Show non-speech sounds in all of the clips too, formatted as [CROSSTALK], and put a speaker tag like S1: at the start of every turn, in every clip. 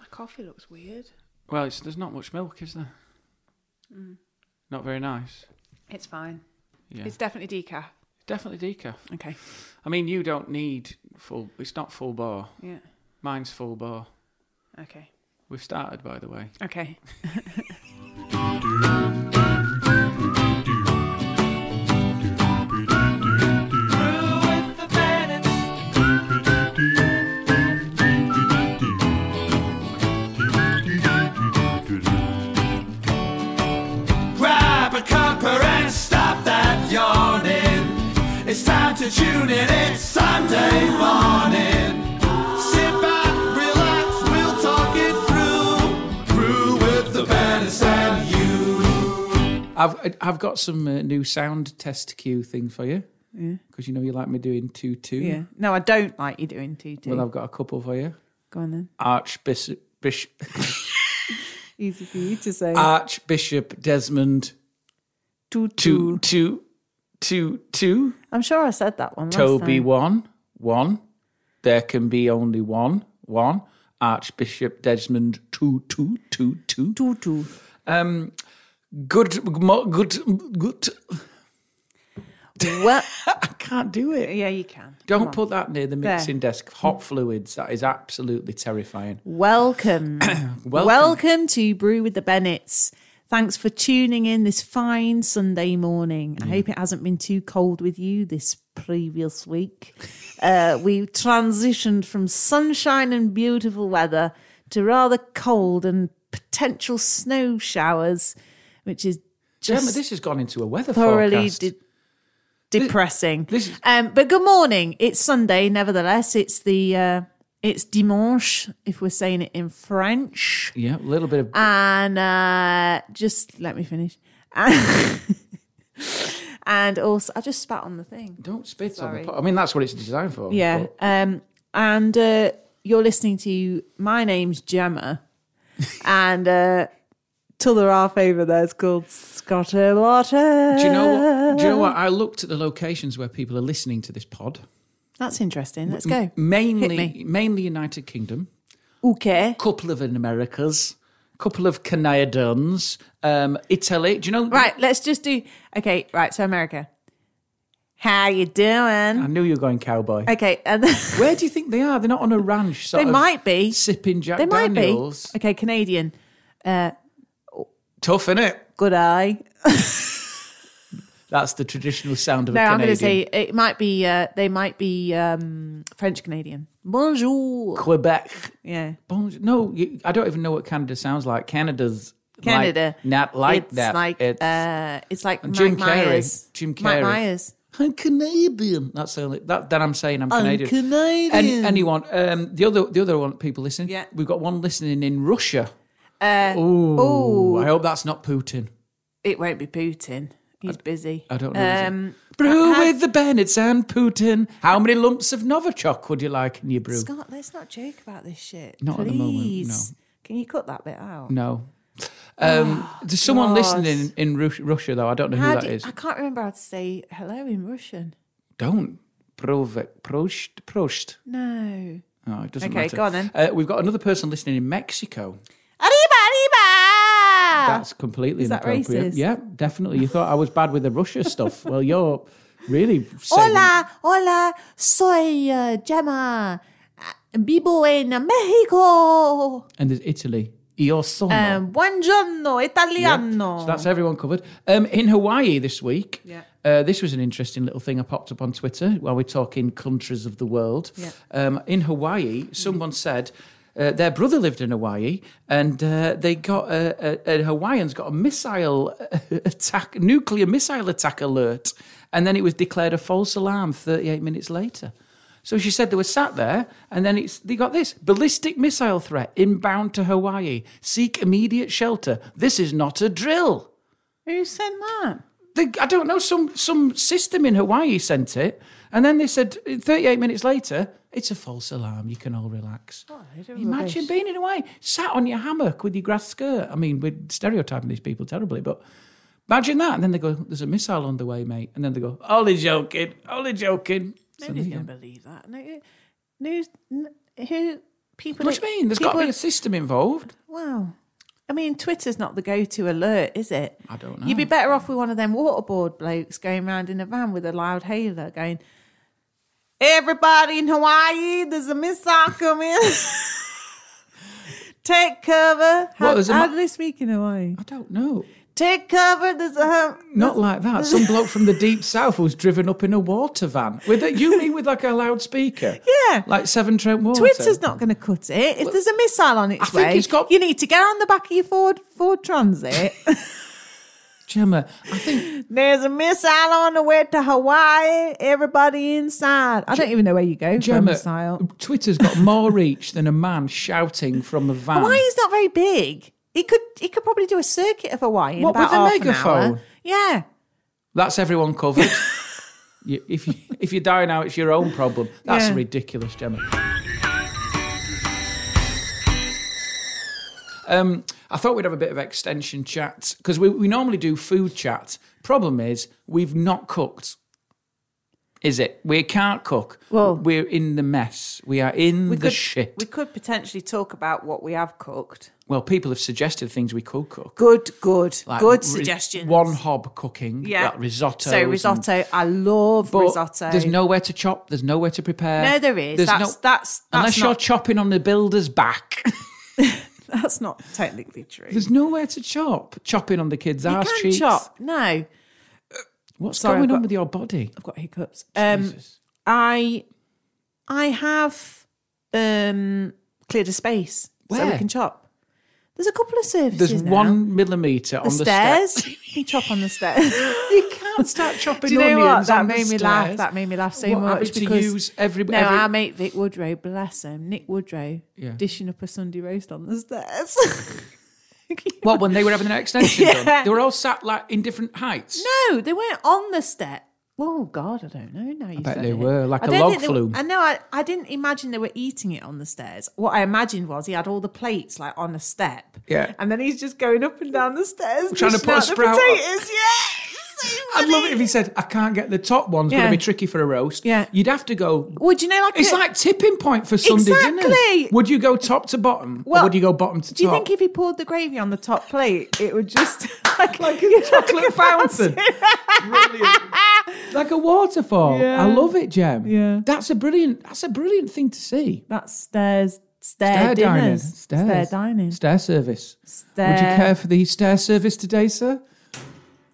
S1: My coffee looks weird.
S2: Well, it's, there's not much milk, is there? Mm. Not very nice.
S1: It's fine.
S2: Yeah,
S1: It's definitely decaf.
S2: definitely decaf.
S1: Okay.
S2: I mean, you don't need full. It's not full bar.
S1: Yeah.
S2: Mine's full bar.
S1: Okay.
S2: We've started, by the way.
S1: Okay.
S3: Grab a cuppa and stop that yawning. It's time to tune in, it's Sunday morning. Sit back, relax, we'll talk it through. Through with the bandits and you.
S2: I've I've got some uh, new sound test cue thing for you. Yeah. Because you know you like me doing two two.
S1: Yeah. No, I don't like you doing two two.
S2: Well, I've got a couple for you.
S1: Go on then.
S2: Archbishop Bishop,
S1: Easy for you to say.
S2: [LAUGHS] Uh, Archbishop Desmond
S1: two,
S2: two two two two.
S1: I'm sure I said that one.
S2: Toby
S1: Last
S2: one one. There can be only one one. Archbishop Desmond two two two two.
S1: time. Tutu.
S2: Um, good mo- good good.
S1: Well,
S2: I can't do it.
S1: yeah, you can.
S2: Don't put that near the mixing desk. Hot fluids. That is absolutely terrifying.
S1: Welcome.
S2: [COUGHS] Welcome.
S1: Welcome to Brew with the Bennetts. Thanks for tuning in this fine Sunday morning.
S2: Mm.
S1: I hope it hasn't been too cold with you this previous week. uh, we transitioned from sunshine and beautiful weather to rather cold and potential snow showers, which is
S2: Gemma,
S1: just
S2: this has gone into a weather
S1: thoroughly
S2: forecast.
S1: de- depressing.
S2: this is-
S1: um, but good morning. It's Sunday, nevertheless. It's the uh, it's dimanche if we're saying it in French.
S2: yeah, a little bit of.
S1: Ah, And uh, just let me finish. [LAUGHS] and also, I just spat on the thing.
S2: don't spit on
S1: sorry.
S2: the pot. I mean, that's what it's designed for.
S1: Yeah.
S2: but-
S1: Um, and uh, you're listening to my name's
S2: [LAUGHS]
S1: Gemma, and uh, t'other half over there is called Scotter Water.
S2: Do you know what? Do you know what? I looked at the locations where people are listening to this pod.
S1: That's interesting. Let's go.
S2: Mainly,
S1: me.
S2: mainly United Kingdom.
S1: Okay.
S2: Couple of in Americas. Couple of Canadians. Um, Italy. Do you know?
S1: Right. Let's just do. Okay. Right. So America. How you
S2: I
S1: doing?
S2: knew you were going cowboy.
S1: Okay. And [LAUGHS]
S2: Where do you think they are? They're not on a ranch. Sort
S1: They
S2: of
S1: might be.
S2: sipping Jack
S1: they might
S2: Daniels.
S1: be. Okay. Canadian.
S2: Tough, innit?
S1: Good eye.
S2: That's the traditional sound of
S1: No,
S2: a
S1: I'm
S2: Canadian.
S1: going to say it might be. Uh, they might be um, French Canadian. Bonjour.
S2: Quebec.
S1: Yeah.
S2: Bonjour. No, you, I don't even know what Canada sounds like. Canada's like-
S1: Canada.
S2: not like
S1: it's
S2: that.
S1: Like,
S2: it's,
S1: uh, it's like Mike
S2: Jim Carrey.
S1: Myers.
S2: Jim
S1: Mike
S2: Carrey.
S1: Myers.
S2: I'm Canadian. That's the only that, that I'm saying. I'm
S1: I'm
S2: Canadian.
S1: Canadian.
S2: Any- anyone? Um, the other the other one people listening.
S1: Yeah.
S2: we've got one listening in Russia.
S1: Uh,
S2: Oh,
S1: oh,
S2: I hope that's not Putin.
S1: it won't be Putin. He's busy.
S2: I don't know, is it?
S1: Um,
S2: Brew
S1: have-
S2: with the Bennetts and Putin. How many lumps of Novichok would you like in your brew?
S1: Scott, let's not joke about this shit.
S2: Not at the moment,
S1: please.
S2: no.
S1: Can you cut that bit out?
S2: No. Um, there's someone
S1: Oh, God.
S2: listening in Rus- Russia though. I don't know
S1: How
S2: who that
S1: do you-
S2: is.
S1: I can't remember how to say hello in Russian.
S2: Don't. Provet. Prost. Prost.
S1: No.
S2: No, it doesn't
S1: Okay,
S2: matter.
S1: go on then.
S2: Uh, we've got another person listening in Mexico.
S1: Arriba, arriba!
S2: That's completely
S1: Ah, Is that
S2: inappropriate.
S1: racist?
S2: Yeah, definitely. You thought I was bad with
S1: [LAUGHS]
S2: the Russia stuff. Well, you're really. saying-
S1: Hola, hola, soy uh, Gemma. Uh, Vivo en Mexico.
S2: And there's Italy. Io sono.
S1: Um, buongiorno, italiano.
S2: So that's everyone covered. Um, in Hawaii this week,
S1: Yeah.
S2: uh, this was an interesting little thing I popped up on Twitter while we're talking countries of the world.
S1: Yeah.
S2: Um, in Hawaii, someone said uh, their brother lived in Hawaii and uh, they got a, a, a Hawaiians got a missile [LAUGHS] attack, nuclear missile attack alert, and then it was declared a false alarm 38 minutes later. So she said they were sat there, and then it's they got this ballistic missile threat inbound to Hawaii. Seek immediate shelter. This is not a drill.
S1: Who sent that?
S2: They, I don't know some some system in Hawaii sent it, and then they said 38 minutes later it's a false alarm. You can all relax.
S1: Oh,
S2: Imagine being in Hawaii, sat on your hammock with your grass skirt. I mean, we're stereotyping these people terribly, but imagine that. And then they go, "There's a missile on the way, mate." And then they go, "Only joking, only joking." So
S1: Nobody's
S2: there you
S1: going
S2: go.
S1: to believe that. No, no, n- who people?
S2: What do you mean? There's got to be a system involved.
S1: Wow. I mean, Twitter's not the go-to alert, is it?
S2: I don't
S1: You'd be
S2: know.
S1: better off with one of them waterboard blokes going round in a van with a loud hailer going, "Everybody in Hawaii, there's a missile coming. [LAUGHS] Take cover." How,
S2: What, there's a
S1: how
S2: mi-
S1: do they speak in Hawaii?
S2: I don't know.
S1: Take cover. There's a hum-
S2: Not like that. Some bloke from the deep south who's driven up in a water van with a, you mean with like a loudspeaker?
S1: [LAUGHS] Yeah.
S2: like Seven Trent Water.
S1: Twitter's not going to cut it. If there's a missile on its
S2: I think
S1: way,
S2: it's got-
S1: you need to get on the back of your Ford Ford Transit.
S2: Gemma, I think
S1: there's a missile on the way to Hawaii. Everybody inside. I don't even know where you go for a
S2: Gemma,
S1: missile.
S2: Twitter's got more reach than a man shouting from a van.
S1: Hawaii's not very big. He could he could probably do a circuit of Hawaii. In
S2: What,
S1: about
S2: with a
S1: half an hour.
S2: megaphone?
S1: Yeah.
S2: That's everyone
S1: [LAUGHS]
S2: covered. you, if you if you die now, it's your own problem. That's
S1: Yeah.
S2: ridiculous, Gemma. Um, I thought we'd have a bit of extension chat because we, we normally do food chat. Problem is, we've not cooked. Is it? We can't cook.
S1: Well-
S2: we're in the mess. We are in the
S1: could,
S2: shit.
S1: We could potentially talk about what we have cooked.
S2: Well, people have suggested things we could cook.
S1: Good, good,
S2: Like
S1: good
S2: ri-
S1: suggestions.
S2: One hob cooking.
S1: yeah,
S2: Like risotto.
S1: So risotto, I love
S2: But
S1: risotto.
S2: There's nowhere to chop. There's nowhere to prepare.
S1: No, there is.
S2: There's
S1: That's-
S2: no-
S1: that's- that's
S2: unless you're
S1: not-
S2: chopping on the
S1: [LAUGHS]
S2: builder's back.
S1: That's not technically true.
S2: there's nowhere to chop. Chopping on the kid's
S1: You
S2: ass
S1: can
S2: cheeks.
S1: chop. No,
S2: What's
S1: Sorry,
S2: going
S1: I've
S2: on
S1: got-
S2: with your body?
S1: I've got hiccups. Um, I, I have um, cleared a space so
S2: Where?
S1: we can chop. There's a couple of services.
S2: There's
S1: now.
S2: one millimeter
S1: the
S2: on the
S1: stairs.
S2: [LAUGHS] step.
S1: [LAUGHS] you can chop on the stairs.
S2: [LAUGHS] You can't start
S1: [LAUGHS]
S2: chopping
S1: Do you know what?
S2: onions
S1: That
S2: on the
S1: made me laugh.
S2: stairs.
S1: That made me laugh so
S2: What,
S1: much
S2: having to
S1: because
S2: use every-
S1: no,
S2: every-
S1: our mate Vic Woodrow, bless him, Nick Woodrow,
S2: Yeah.
S1: dishing up a Sunday roast on the stairs.
S2: [LAUGHS]
S1: [LAUGHS]
S2: What when they were having an extension
S1: Yeah.
S2: done? They were all sat like in different heights.
S1: No, they weren't on the step. Oh God, I don't know. Now you
S2: bet
S1: said
S2: they
S1: it.
S2: were, like
S1: I
S2: a
S1: don't
S2: log
S1: think they were-
S2: flume.
S1: I know. I, I didn't imagine they were eating it on the stairs. What I imagined was he had all the plates like on a step.
S2: Yeah.
S1: and then he's just going up and down the stairs
S2: Trying to
S1: dishing
S2: put a
S1: out the
S2: sprout up.
S1: Potatoes. Yeah,
S2: I'd love it if he said, "I can't get the top one's
S1: Yeah.
S2: going to be tricky for a roast."
S1: Yeah.
S2: you'd have to go.
S1: Would you know like
S2: It's
S1: a-
S2: like tipping point for Sunday
S1: Exactly.
S2: dinners. Would you go top to bottom,
S1: Well,
S2: or would you go bottom to
S1: Do you
S2: top?
S1: think if he poured the gravy on the top plate, it would just [LAUGHS] like,
S2: [LAUGHS] like a chocolate fountain, Brilliant. like a waterfall?
S1: Yeah.
S2: I love it, Gem.
S1: Yeah.
S2: that's a brilliant. That's a brilliant thing to see.
S1: That's stairs, stair,
S2: Stair dining,
S1: dinners,
S2: stairs.
S1: stair dining,
S2: stair service.
S1: stair.
S2: Would you care for the stair service today, sir?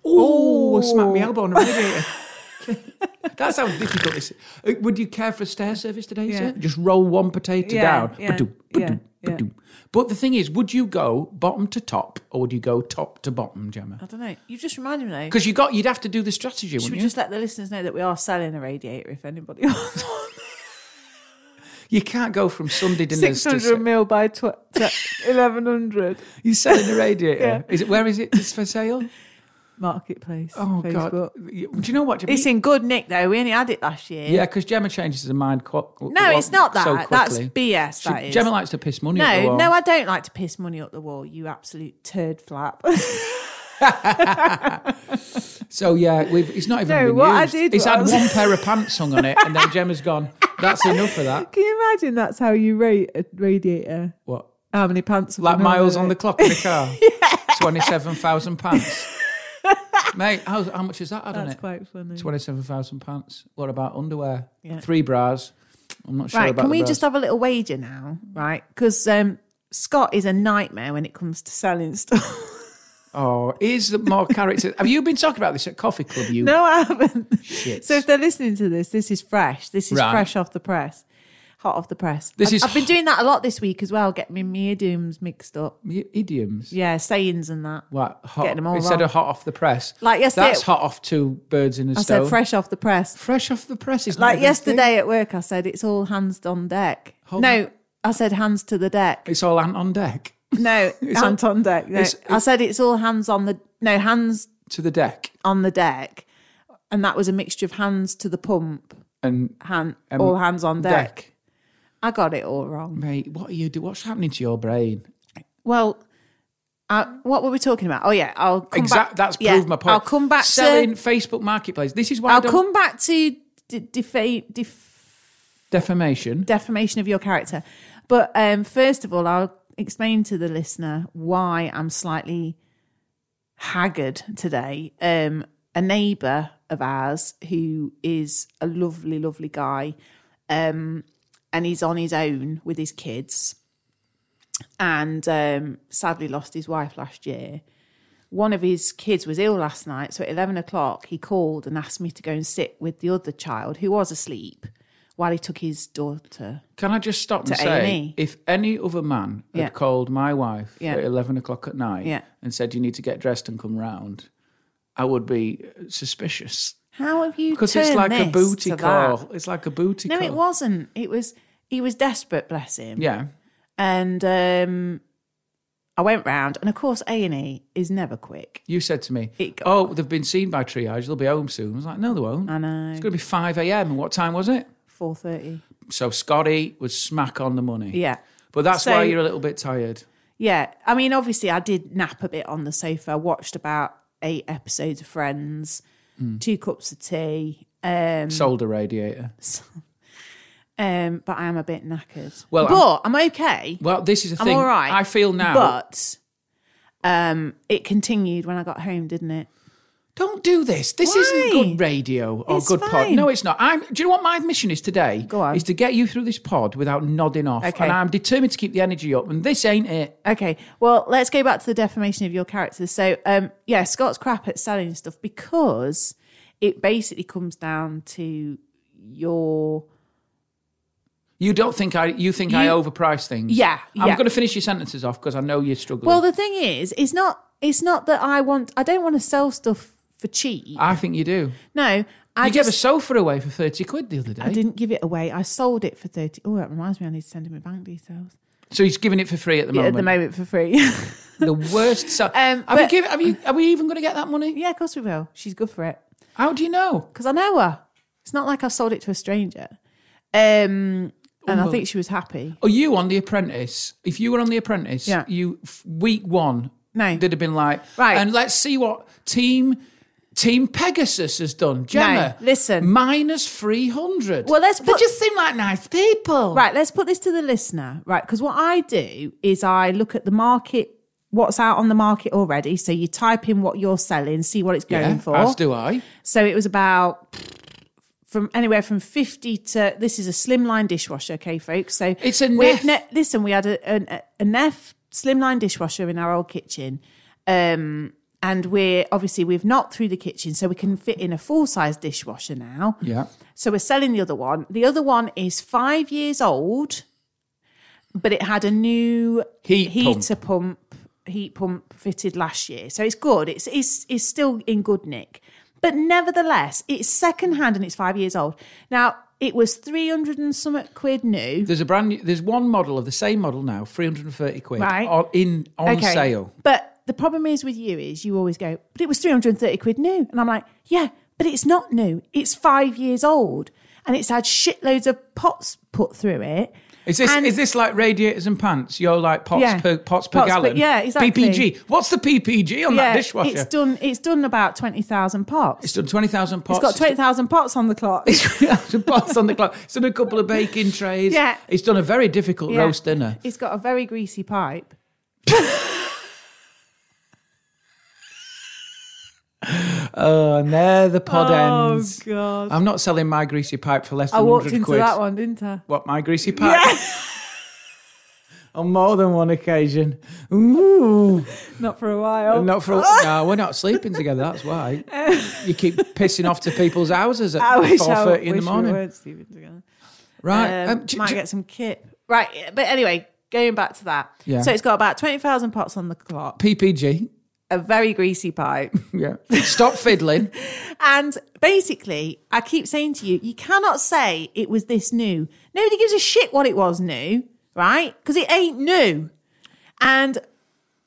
S2: Oh, I smacked my elbow on the radiator. [LAUGHS] That's how difficult this is. Uh, Would you care for a stair service today,
S1: Yeah.
S2: sir? Just roll one potato
S1: Yeah,
S2: down.
S1: yeah,
S2: Ba-doom,
S1: yeah,
S2: ba-doom,
S1: yeah.
S2: ba-doom. But the thing is, would you go bottom to top or would you go top to bottom,
S1: I
S2: Gemma?
S1: don't know. You just reminded me though.
S2: Because you got, you'd have to do the strategy,
S1: Should
S2: wouldn't
S1: we
S2: you?
S1: just let the listeners know that we are selling a radiator if anybody [LAUGHS] wants one?
S2: You can't go
S1: [LAUGHS]
S2: from Sunday dinners to.
S1: 600 mil by tw- tw-
S2: [LAUGHS]
S1: 1100
S2: You're selling the radiator.
S1: [LAUGHS] Yeah.
S2: Is it? Where is it? It's for sale.
S1: marketplace.
S2: Oh
S1: Facebook.
S2: God! You- Do you know what?
S1: It's in good nick though. We only had it last year.
S2: Yeah, because Gemma changes her mind. Qu-
S1: No, it's not that.
S2: So
S1: That's
S2: quickly.
S1: BS. that
S2: She-
S1: is.
S2: Gemma likes to piss money. at the
S1: no,
S2: wall.
S1: no, I don't like to piss money up the wall. You absolute turd flap. [LAUGHS]
S2: so yeah, we've, it's not even.
S1: No,
S2: been
S1: what I
S2: used.
S1: did
S2: It's had
S1: was-
S2: one pair of pants hung on it, and then Gemma's gone. That's enough for
S1: [LAUGHS]
S2: that.
S1: Can you imagine that's how you rate a radiator?
S2: What?
S1: How many pants? have
S2: Like
S1: been
S2: miles on
S1: it?
S2: the clock in the car.
S1: [LAUGHS]
S2: Twenty-seven thousand pants. Mate, how, how much is that? I don't
S1: That's
S2: know.
S1: quite funny.
S2: Twenty-seven thousand pants. What about underwear?
S1: Yeah.
S2: Three bras. I'm not sure
S1: Right,
S2: about.
S1: can
S2: the
S1: we
S2: bras.
S1: just have a little wager now, right? Because um, Scott is a nightmare when it comes to selling stuff.
S2: Oh, is there
S1: [LAUGHS]
S2: more characters? Have you been talking about this at Coffee Club? You
S1: no, I haven't.
S2: shit.
S1: So if they're listening to this, this is fresh. This is
S2: Right.
S1: fresh off the press. hot off the press.
S2: This
S1: I've,
S2: is
S1: I've been doing that a lot this week as well, getting my mediums mixed up.
S2: I- idioms.
S1: Yeah, sayings and that.
S2: What hot?
S1: Getting them all
S2: instead
S1: wrong.
S2: of hot off the press.
S1: Like yesterday-
S2: That's hot off two birds in a
S1: I
S2: stone.
S1: said fresh off the press.
S2: Fresh off the press is not
S1: Like
S2: even a thing.
S1: yesterday at work, I said it's all hands on deck.
S2: Hold
S1: no, I said hands to the
S2: [LAUGHS]
S1: deck.
S2: It's all ant on deck
S1: No,
S2: all-
S1: hand on deck. No.
S2: it's-
S1: I said it's all hands on the no hands
S2: to the deck
S1: on the deck, and that was a mixture of hands to the pump,
S2: and
S1: hand
S2: um,
S1: all hands on deck. I got it all wrong.
S2: Mate, what are you do? What's happening to your brain?
S1: Well, uh, what were we talking about? Oh yeah, I'll come
S2: Exact.
S1: back.
S2: That's
S1: yeah,
S2: proved my point.
S1: I'll come back
S2: Selling
S1: to.
S2: Facebook Marketplace. This is why I
S1: I'll
S2: don't-
S1: come back to de- defa- def-
S2: defamation.
S1: defamation of your character. But um, first of all, I'll explain to the listener why I'm slightly haggard today. Um, a neighbour of ours who is a lovely, lovely guy, um, and he's on his own with his kids, and um, sadly lost his wife last year. One of his kids was ill last night, so at 11 o'clock, he called and asked me to go and sit with the other child who was asleep while he took his daughter.
S2: Can I just stop and
S1: To
S2: say,
S1: A&E.
S2: if any other man had
S1: Yeah.
S2: called my wife
S1: Yeah.
S2: at eleven o'clock at night
S1: Yeah.
S2: and said you need to get dressed and come round, I would be suspicious
S1: How have you
S2: because it's
S1: turned
S2: like a
S1: this
S2: booty
S1: to
S2: call.
S1: that?
S2: It's like a booty
S1: No,
S2: call.
S1: it wasn't. It was he was desperate, bless him.
S2: Yeah,
S1: And um, I went round, and of course A and E is never quick.
S2: you said to me,
S1: It got-
S2: "Oh, they've been seen by triage. They'll be home soon." I was like, "No, they won't.
S1: I know.
S2: It's going to be five a.m. And what time was it?"
S1: Four thirty.
S2: So Scotty was smack on the money.
S1: Yeah.
S2: But that's
S1: So-
S2: why you're a little bit tired.
S1: Yeah, I mean, obviously, I did nap a bit on the sofa. I watched about eight episodes of Friends,
S2: Hmm.
S1: two cups of tea. Um,
S2: Sold a radiator.
S1: um, but I am a bit knackered.
S2: Well, I'm-
S1: but I'm, okay.
S2: Well, this is the
S1: I'm
S2: thing.
S1: all right.
S2: I feel now.
S1: But um, it continued when I got home, didn't it?
S2: Don't do this. This isn't
S1: Why?
S2: good radio or
S1: It's
S2: good pod.
S1: fine.
S2: No, it's not. I'm. Do you know what my mission is today?
S1: Go on.
S2: Is to get you through this pod without nodding off.
S1: Okay.
S2: And I'm determined to keep the energy up. And this ain't it.
S1: Okay, well, let's go back to the defamation of your character. So, um, yeah, Scott's crap at selling stuff because it basically comes down to your
S2: You don't think I. You think I
S1: You-
S2: overprice things.
S1: Yeah,
S2: I'm
S1: yeah.
S2: going to finish your sentences off because I know you're struggling.
S1: Well, the thing is, it's not. It's not that I want. I don't want to sell stuff for cheap.
S2: I think you do.
S1: no, I
S2: you gave a
S1: just.
S2: sofa away for thirty quid the other day.
S1: I didn't give it away. I sold it for thirty. Oh, that reminds me. I need to send him my bank details
S2: So he's giving it for free at the moment.
S1: at the moment for free. [LAUGHS]
S2: The worst. So,
S1: Um,
S2: have, you
S1: but-
S2: given, have you? Are we even going to get that money?
S1: yeah, of course we will. She's good for it
S2: How do you know?
S1: because I know her. It's not like I sold it to a stranger. Um, and I think she was happy.
S2: Are you on The Apprentice? If you were on The Apprentice,
S1: Yeah.
S2: you f- week one,
S1: No.
S2: they'd have been like,
S1: Right.
S2: And let's see what team Team Pegasus has done. Gemma,
S1: listen.
S2: minus three hundred.
S1: Well, let's
S2: they
S1: put-
S2: just seem like nice people,
S1: Right, let's put this to the listener, right? Because what I do is I look at the market, what's out on the market already. So you type in what you're selling, see what it's going
S2: Yeah,
S1: for.
S2: as do I.
S1: So it was about from anywhere from 50 to this is a slimline dishwasher, okay, folks. So
S2: It's a
S1: we-
S2: Neff.
S1: listen, we had a, a, a Neff slimline dishwasher in our old kitchen. Um, and we're obviously we've knocked through the kitchen, so we can fit in a full size dishwasher now.
S2: Yeah,
S1: So we're selling the other one. The other one is five years old, but it had a new
S2: Heat
S1: heater pump. heat pump fitted last year. So it's good. It's it's it's still in good nick. But nevertheless, it's second hand and it's five years old. Now it was three hundred and something quid new.
S2: there's a brand. New, there's one model of the same model now, three hundred and thirty quid,
S1: Right.
S2: on, in on sale.
S1: But the problem is with you is you always go, but it was 330 quid new. And I'm like, yeah, but it's not new. It's five years old. And it's had shitloads of pots put through it.
S2: Is this
S1: And-
S2: is this like radiators and pants? You're like pots
S1: Yeah.
S2: per pots per
S1: Pots per-
S2: gallon.
S1: yeah, exactly.
S2: PPG. What's the PPG on that dishwasher?
S1: It's done it's done about twenty thousand pots.
S2: It's done twenty thousand pots.
S1: it's got twenty thousand pots on the clock.
S2: thousand [LAUGHS] pots on the clock. It's done a couple of baking trays.
S1: Yeah.
S2: It's done a very difficult
S1: Yeah.
S2: roast dinner.
S1: It's got a very greasy pipe.
S2: Oh, and there the pod ends.
S1: god.
S2: I'm not selling my greasy pipe for less than
S1: Oh. I walked
S2: hundred
S1: into
S2: quid.
S1: that one, didn't I?
S2: What my greasy pipe? [LAUGHS] on more than one occasion. Ooh.
S1: Not for a while.
S2: Not for a, no, we're not sleeping together. That's why
S1: [LAUGHS]
S2: you keep pissing off to people's houses at
S1: I
S2: four
S1: wish I
S2: thirty in the
S1: wish we
S2: morning.
S1: weren't sleeping together.
S2: Right.
S1: Um,
S2: Um, j-
S1: might
S2: j-
S1: get some kit. Right. But anyway, going back to that.
S2: Yeah.
S1: So it's got about 20,000 pots on the clock,
S2: PPG.
S1: a very greasy pipe.
S2: Yeah.
S1: [LAUGHS]
S2: Stop fiddling.
S1: and basically, I keep saying to you, you cannot say it was this new. Nobody gives a shit what it was new, right? Because it ain't new. And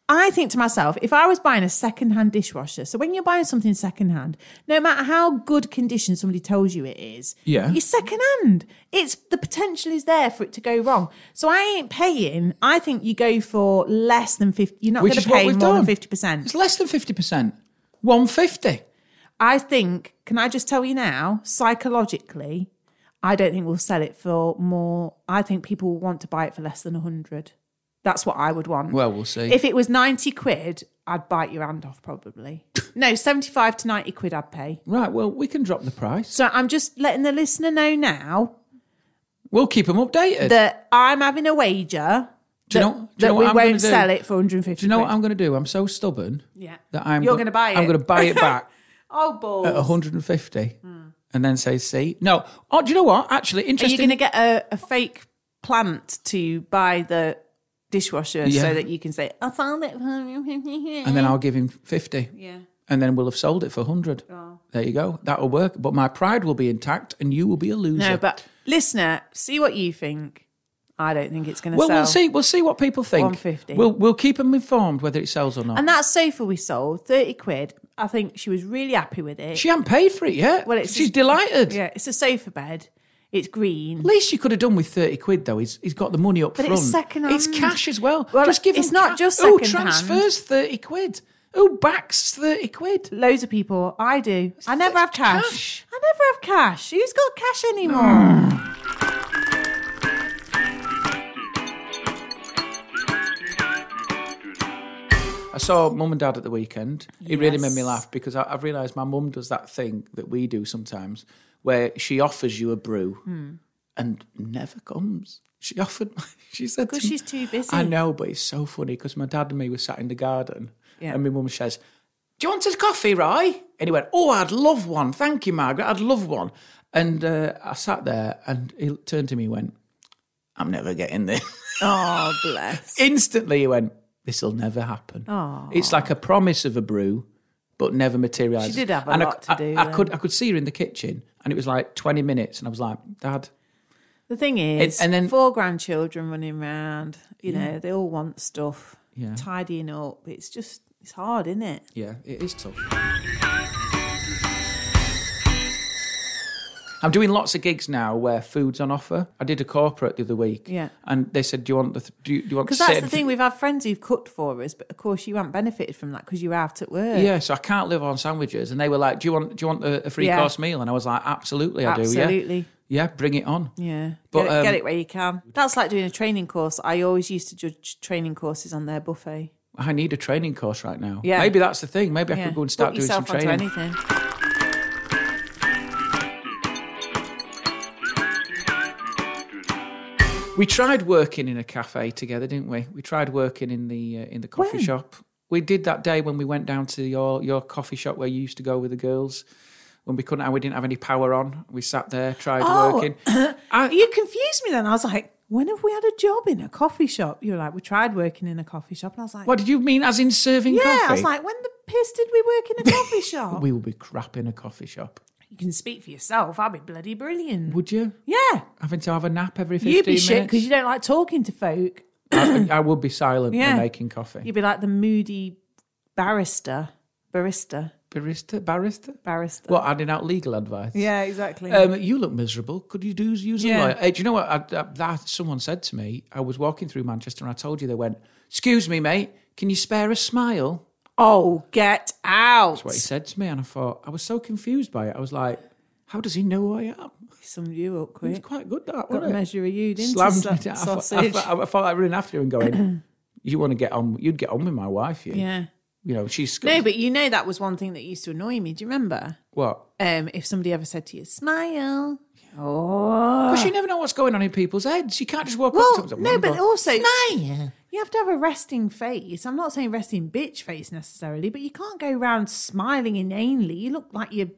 S1: I think to myself, if I was buying a secondhand dishwasher, so when you're buying something secondhand, no matter how good condition somebody tells you it is,
S2: Yeah.
S1: it's secondhand. It's the potential is there for it to go wrong. So I ain't paying. I think you go for less than fifty. You're not going
S2: Which
S1: to
S2: is what
S1: pay more
S2: we've
S1: than
S2: done.
S1: fifty percent.
S2: It's less than 50%. 150.
S1: I think, can I just tell you now, psychologically, I don't think we'll sell it for more. I think people will want to buy it for less than 100. That's what I would want.
S2: Well, we'll see.
S1: If it was 90 quid, I'd bite your hand off
S2: [LAUGHS]
S1: probably. no, 75 to 90 quid I'd pay.
S2: Right. Well, we can drop the price.
S1: So I'm just letting the listener know now
S2: We'll keep them updated.
S1: that I'm having a wager
S2: do you know, do you
S1: that
S2: know
S1: we
S2: what I'm
S1: won't
S2: gonna do?
S1: sell it for 150
S2: Do you know what
S1: quid.
S2: I'm going to do? I'm so stubborn
S1: Yeah.
S2: that I'm
S1: You're
S2: go-
S1: gonna buy it.
S2: I'm going to
S1: [LAUGHS]
S2: buy it back
S1: Oh, balls.
S2: at 150 and then say, see? No. Oh, do you know what? Actually,
S1: Hmm. Are you
S2: interesting.
S1: going to get a, a fake plant to buy the dishwasher so
S2: Yeah.
S1: that you can say, I found it. And
S2: and then I'll give him 50.
S1: yeah. Oh.
S2: And then we'll have sold it for 100. There you go. That'll work. But my pride will be intact and you will be a loser.
S1: No, but listener, see what you think. I don't think it's going to
S2: Well,
S1: sell.
S2: we'll see. We'll see what people think.
S1: 150.
S2: We'll we'll keep them informed whether it sells or not.
S1: And that sofa we sold, 30 quid. I think she was really happy with it.
S2: she hasn't paid for it yet.
S1: Well, it's
S2: she's
S1: just-
S2: delighted.
S1: yeah, it's a sofa bed. It's green.
S2: Least you could have done with thirty quid though. He's he's got the money up
S1: But it's
S2: front.
S1: second-hand.
S2: It's cash as well.
S1: Well,
S2: just give
S1: it's
S2: him
S1: not
S2: ca-
S1: just
S2: Who
S1: second-hand.
S2: transfers thirty quid? Who backs thirty quid?
S1: Loads of people. I do. I never have cash.
S2: cash. Mm.
S1: I never have cash. Who's got cash anymore?
S2: I saw mum and dad at the weekend. It really made me laugh because I, I've realised my mum does that thing that we do sometimes, where she offers you a brew
S1: Hmm.
S2: and never comes. She offered. my- [LAUGHS] She said
S1: Because
S2: to me-
S1: she's too busy.
S2: I know, but it's so funny because my dad and me were sat in the garden,
S1: Yeah.
S2: and my mum says, "Do you want a coffee, Roy?" And he went, "Oh, I'd love one, thank you, Margaret. I'd love one." And uh, I sat there, and he turned to me, and went, "I'm never getting this."
S1: Oh, bless.
S2: Instantly, he went, "This'll never happen." It's like a promise of a brew, but never materialised.
S1: She did have a
S2: and I-
S1: lot to
S2: I,
S1: do
S2: I
S1: then.
S2: could, I could see her in the kitchen, and it was like twenty minutes, and I was like, "Dad."
S1: The thing is,
S2: and then-
S1: four grandchildren running around, you know, they all want stuff,
S2: Yeah.
S1: tidying up. It's just, it's hard, isn't it?
S2: Yeah, it is tough. I'm doing lots of gigs now where food's on offer. I did a corporate the other week,
S1: Yeah.
S2: and they said, "Do you want the th- do, you, do you want?"
S1: Because
S2: to
S1: that's
S2: sit
S1: the
S2: and-"
S1: thing, we've had friends who've cooked for us, but of course you haven't benefited from that because you were out at work.
S2: Yeah, so I can't live on sandwiches, and they were like, "Do you want do you want a, a free
S1: Yeah.
S2: course meal?" And I was like, "Absolutely, I do.
S1: Absolutely.
S2: Yeah, yeah, bring it on."
S1: Yeah.
S2: But,
S1: get, it,
S2: um,
S1: get it where you can. That's like doing a training course. I always used to judge training courses on their buffet.
S2: I need a training course right now.
S1: Yeah.
S2: maybe that's the thing. Maybe I
S1: yeah.
S2: could go and start
S1: Put
S2: doing some
S1: yourself onto
S2: training.
S1: anything.
S2: We tried working in a cafe together, didn't we? We tried working in the uh, in the coffee
S1: When?
S2: shop. We did that day when we went down to your your coffee shop where you used to go with the girls. When we couldn't, and we didn't have any power on. We sat there, tried
S1: Oh. [COUGHS]
S2: working.
S1: You confused me then. I was like, when have we had a job in a coffee shop? You were like, we tried working in a coffee shop. And I was like,
S2: What did you mean? As in serving
S1: yeah.
S2: coffee?
S1: I was like, when the piss did we work in a coffee
S2: [LAUGHS]
S1: shop?
S2: we will be crap in a coffee shop.
S1: you can speak for yourself. I'd be bloody brilliant.
S2: Would you?
S1: yeah.
S2: Having to have a nap every 15
S1: You'd be
S2: minutes?
S1: shit because you don't like talking to folk.
S2: I, I would be silent
S1: Yeah.
S2: when making coffee.
S1: You'd be like the moody barrister, barista,
S2: barista? Barista?
S1: barrister.
S2: What, handing out legal advice?
S1: Yeah, exactly.
S2: Um, you look miserable. Could you do use a
S1: Yeah.
S2: lawyer? Hey, do you know what? I, I, that someone said to me. I was walking through Manchester, and I told you they went. Excuse me, mate. Can you spare a smile?
S1: oh, get out!
S2: What he said to me, and I thought I was so confused by it. I was like, "How does he know who I am?"
S1: Summed you up
S2: It's
S1: quick.
S2: quite good that
S1: Got a
S2: wasn't it?
S1: measure of you, didn't
S2: Slammed
S1: you? sa-
S2: me down. I thought- I
S1: sausage.
S2: felt, I felt like running after him, and going, [CLEARS THROAT] "You want to get on? You'd get on with my wife, you?
S1: [LAUGHS] yeah.
S2: You know, she's
S1: No, but you know that was one thing that used to annoy me. Do you remember?
S2: what?
S1: Um, if somebody ever said to you, "Smile,"
S2: Because you never know what's going on in people's heads. You can't just walk
S1: Well,
S2: up to them.
S1: no, but also You have to have a resting face. I'm not saying resting bitch face necessarily, but you can't go around smiling inanely. You look like you're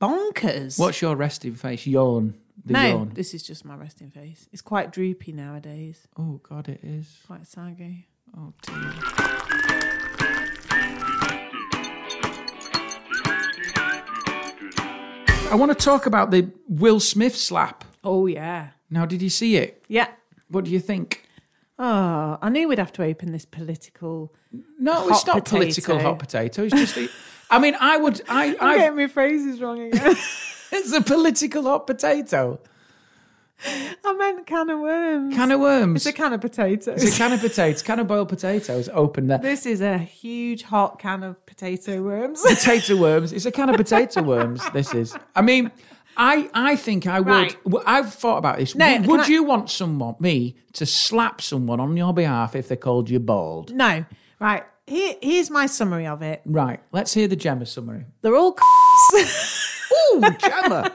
S1: bonkers.
S2: What's your resting face? Yawn. The
S1: no,
S2: yawn.
S1: this is just my resting face. It's quite droopy nowadays,
S2: Oh God, it is.
S1: quite saggy.
S2: Oh dear. I want to talk about the Will Smith slap.
S1: Oh, yeah.
S2: Now, did you see it?
S1: Yeah.
S2: What do you think?
S1: Oh, I knew we'd have to open this political.
S2: No,
S1: Hot
S2: it's not
S1: potato.
S2: political hot potato.
S1: [LAUGHS]
S2: It's just. The, I mean, I would. I.
S1: I'm
S2: I
S1: getting my phrases wrong again.
S2: it's a political hot potato.
S1: [LAUGHS] I meant can of worms.
S2: Can of worms.
S1: It's a can of potatoes.
S2: It's a can of potatoes. Can of boiled potatoes. Open there.
S1: This is a huge hot can of potato worms.
S2: potato worms. It's a can of potato worms. This is. I mean, I I think I would.
S1: Right.
S2: w- I've thought about this.
S1: No,
S2: would
S1: can
S2: would
S1: I-
S2: you want someone, me, to slap someone on your behalf if they called you bald?
S1: no, right. Here, here's my summary of it.
S2: Right. Let's hear the Gemma summary.
S1: They're
S2: [LAUGHS]
S1: all.
S2: Ooh, Gemma.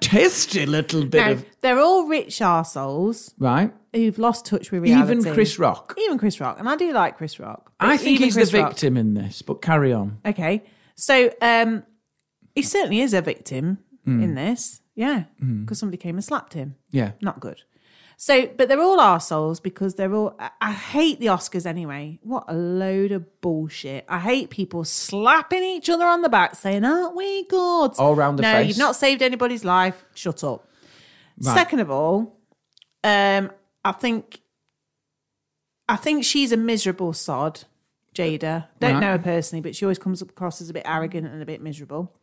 S2: Tasty little bit
S1: no,
S2: of
S1: they're all rich arseholes
S2: right.
S1: who've lost touch with reality.
S2: Even Chris Rock.
S1: Even Chris Rock, and I do like Chris Rock. but
S2: I think
S1: even
S2: he's
S1: Chris
S2: the
S1: Rock-
S2: victim in this, but carry on.
S1: Okay, so um, he certainly is a victim
S2: Hmm.
S1: in this. Yeah, because somebody came and slapped him.
S2: Yeah.
S1: not good. So, but they're all arseholes because they're all. I, I hate the Oscars anyway. What a load of bullshit. I hate people slapping each other on the back saying, aren't we good?
S2: All round the
S1: no,
S2: face.
S1: you've not saved anybody's life. Shut up. Second of all, um, I think. I think she's a miserable sod, Jada. Don't
S2: Right.
S1: know her personally, but she always comes across as a bit arrogant and a bit miserable.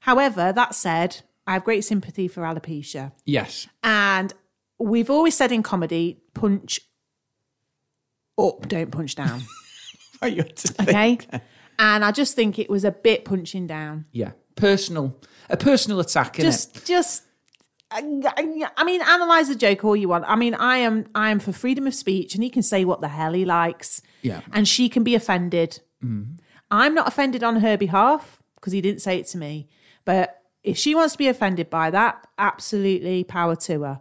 S1: However, that said, I have great sympathy for alopecia.
S2: Yes.
S1: And we've always said in comedy, punch up, don't punch down. Okay. and I just think it was a bit punching down.
S2: Yeah. Personal. A personal attack. Innit?
S1: Just, just. I I mean, analyze the joke all you want. I mean, I am, I am for freedom of speech, and he can say what the hell he likes.
S2: Yeah. Mm-hmm.
S1: and she can be offended. I'm not offended on her behalf because he didn't say it to me. But if she wants to be offended by that, absolutely power to her.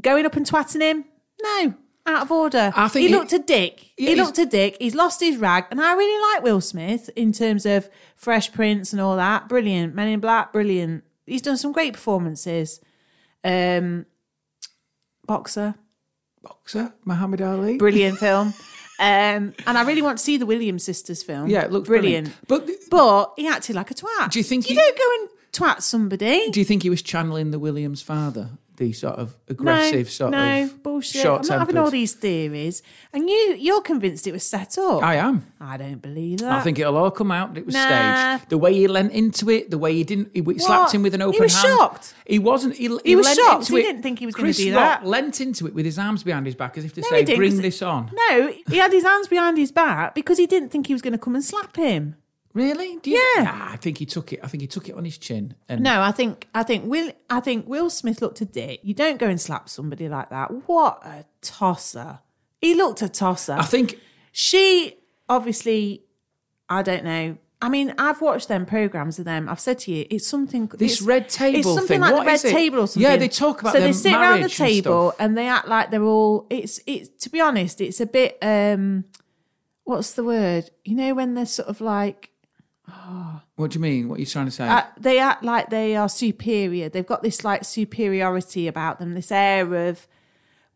S1: Going up and twatting him, no, out of order.
S2: I think
S1: he
S2: he-
S1: looked a dick.
S2: Yeah,
S1: he
S2: he's-
S1: looked a dick. He's lost his rag, and I really like Will Smith in terms of Fresh Prince and all that. Brilliant, Men in Black, brilliant. He's done some great performances. Um, boxer,
S2: Boxer Muhammad Ali. [LAUGHS]
S1: brilliant film. Um, and I really want to see the Williams sisters film.
S2: Yeah, it looked brilliant. But th-
S1: but he acted like a twat.
S2: Do you think
S1: you
S2: he-
S1: don't go and twat somebody?
S2: Do you think he was channeling the Williams father? The sort of aggressive, sort
S1: no,
S2: of
S1: bullshit. I'm
S2: short-tempered?
S1: not having all these theories. And you, you're convinced it was set up.
S2: I am.
S1: I don't believe that.
S2: I think it'll all come out. that It was
S1: Nah.
S2: staged. The way he lent into it, the way he didn't, he slapped him with an
S1: He
S2: open
S1: was
S2: hand.
S1: shocked.
S2: He wasn't. He, he,
S1: was
S2: lent
S1: shocked.
S2: into
S1: He
S2: it.
S1: didn't think he was gonna
S2: Chris
S1: do
S2: Rock
S1: that.
S2: Lent into it with his arms behind his back, as if to
S1: No, he
S2: say,
S1: didn't,
S2: "Bring
S1: 'cause-
S2: this on."
S1: No, he had his hands behind his back because he didn't think he was going to come and slap him.
S2: Really? Do you,
S1: Yeah.
S2: Nah, I think he took it. I think he took it on his chin. And
S1: No, I think I think Will I think Will Smith looked a dick. You don't go and slap somebody like that. What a tosser! He looked a tosser.
S2: I think
S1: she obviously i don't know i mean i've watched them programs of them i've said to you it's something
S2: This
S1: it's-
S2: red table
S1: it's something
S2: thing,
S1: like
S2: what
S1: the red
S2: is it?
S1: table or something
S2: Yeah, they talk about
S1: so they
S2: their
S1: sit around the
S2: marriage and
S1: table
S2: stuff.
S1: and, they act like they're all it's it's to be honest it's a bit um what's the word you know when they're sort of like
S2: What do you mean? What are you trying to say?
S1: uh, they act like they are superior they've got this like superiority about them this air of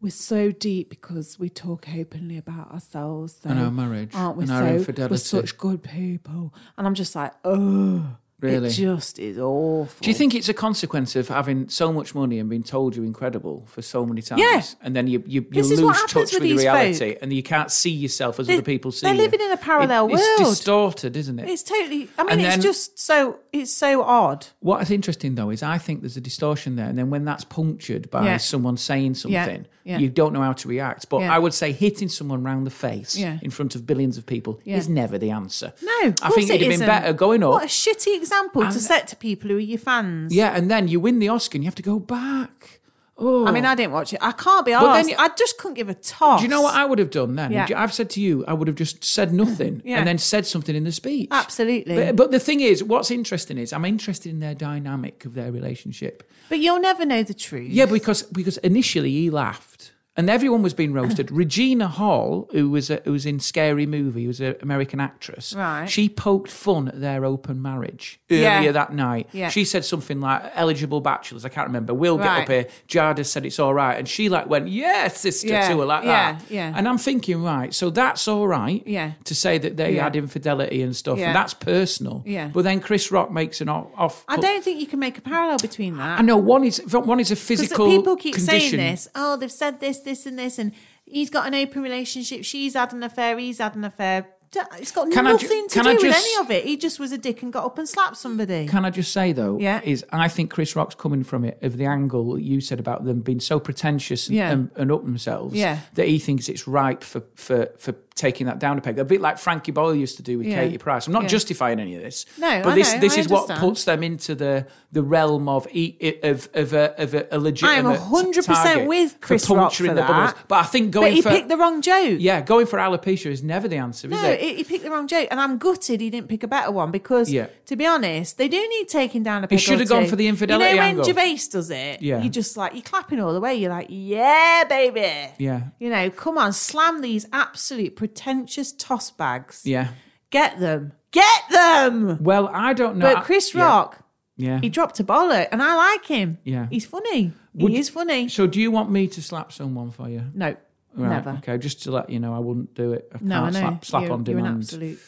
S1: we're so deep because we talk openly about ourselves so
S2: And our marriage
S1: aren't we
S2: and
S1: so
S2: our infidelity.
S1: we're such good people and i'm just like oh
S2: Really?
S1: it just is awful
S2: Do you think it's a consequence of having so much money and being told you're incredible for so many times?
S1: Yeah.
S2: And then you, you, you
S1: This
S2: lose
S1: is what
S2: touch
S1: happens
S2: with,
S1: with
S2: the
S1: these
S2: reality and you can't see yourself as
S1: They-
S2: other people see
S1: they're
S2: you.
S1: living in a parallel
S2: It's
S1: world.
S2: distorted, isn't it?
S1: it's totally i mean
S2: And
S1: it's
S2: then-
S1: just so it's so odd
S2: What's interesting, though, is I think there's a distortion there. And then when that's punctured by
S1: Yeah.
S2: someone saying something,
S1: Yeah.
S2: you don't know how to react. But
S1: Yeah.
S2: I would say hitting someone round the face
S1: Yeah.
S2: in front of billions of people
S1: Yeah.
S2: is never the answer.
S1: no of
S2: I think
S1: course it
S2: it'd have
S1: isn't.
S2: been better going up.
S1: what a shitty example to set to people who are your fans
S2: yeah, and then you win the Oscar and you have to go back. Oh,
S1: i mean i didn't watch it i can't be
S2: But then
S1: honest
S2: you-
S1: i just couldn't give a toss
S2: Do you know what I would have done then?
S1: Yeah.
S2: I've said to you, I would have just said nothing
S1: Yeah.
S2: and then said something in the speech.
S1: absolutely
S2: But, but the thing is, what's interesting is I'm interested in their dynamic of their relationship.
S1: But you'll never know the truth.
S2: Yeah, because because initially he laughed and everyone was being
S1: [LAUGHS]
S2: roasted. Regina Hall, who was a, who was in Scary Movie, who was an American actress.
S1: Right.
S2: She poked fun at their open marriage earlier
S1: Yeah.
S2: that night.
S1: Yeah.
S2: She said something like eligible bachelors. I can't remember. We'll
S1: Right.
S2: get up here. Jada said it's all right, and she like went yeah, sister
S1: Yeah,
S2: to her like
S1: yeah,
S2: that.
S1: yeah.
S2: And I'm thinking right, so that's all right.
S1: Yeah.
S2: To say that they
S1: Yeah.
S2: had infidelity and stuff,
S1: Yeah.
S2: and that's personal.
S1: Yeah.
S2: But then Chris Rock makes an off. off
S1: I don't think you can make a parallel between that.
S2: I know one is one is a
S1: Because
S2: physical
S1: people keep
S2: condition.
S1: saying this. Oh, they've said this, this, and this, and he's got an open relationship. She's had an affair. He's had an affair. D- It's got
S2: Can I ju-
S1: nothing to
S2: can
S1: do
S2: I
S1: with
S2: just-
S1: any of it. He just was a dick and got up and slapped somebody.
S2: Can I just say though?
S1: Yeah.
S2: Is I think Chris Rock's coming from it of the angle you said about them being so pretentious and,
S1: Yeah.
S2: and, and up themselves.
S1: Yeah.
S2: That he thinks it's ripe for for for taking that down a peg. A bit like Frankie Boyle used to do with
S1: Yeah.
S2: Katie Price. I'm not
S1: Yeah.
S2: justifying any of this.
S1: No,
S2: But
S1: I
S2: this
S1: know,
S2: this
S1: I
S2: is what
S1: understand.
S2: puts them into the the realm of e- of of a of a, a
S1: I'm
S2: legitimate.
S1: 100%
S2: target
S1: with
S2: for
S1: Chris Rock
S2: puncturing
S1: for
S2: the bubbles.
S1: that.
S2: But I think
S1: but
S2: going
S1: he
S2: for
S1: picked the wrong joke.
S2: yeah, going for alopecia is never the answer, is
S1: No,
S2: it?
S1: he, he picked the wrong joke, and I'm gutted he didn't pick a better one because,
S2: Yeah.
S1: to be honest, they do need taking down a. peg or
S2: should have gone
S1: two.
S2: for the infidelity
S1: You know when
S2: angle.
S1: Gervais does it,
S2: Yeah.
S1: you're just like you're clapping all the way. You're like, yeah, baby,
S2: Yeah.
S1: You know, come on, slam these absolute pretentious toss bags.
S2: Yeah.
S1: Get them, get them.
S2: Well, I don't know.
S1: But Chris
S2: Yeah.
S1: Rock,
S2: Yeah.
S1: he dropped a bollock, and I like him.
S2: Yeah.
S1: he's funny.
S2: Would-
S1: he is funny.
S2: So, do you want me to slap someone for you?
S1: No,
S2: Right,
S1: never.
S2: Okay, just to let you know, I wouldn't do it. I
S1: No, I
S2: can't
S1: know.
S2: Slap, slap
S1: you're,
S2: on
S1: you're an
S2: demand.
S1: absolute.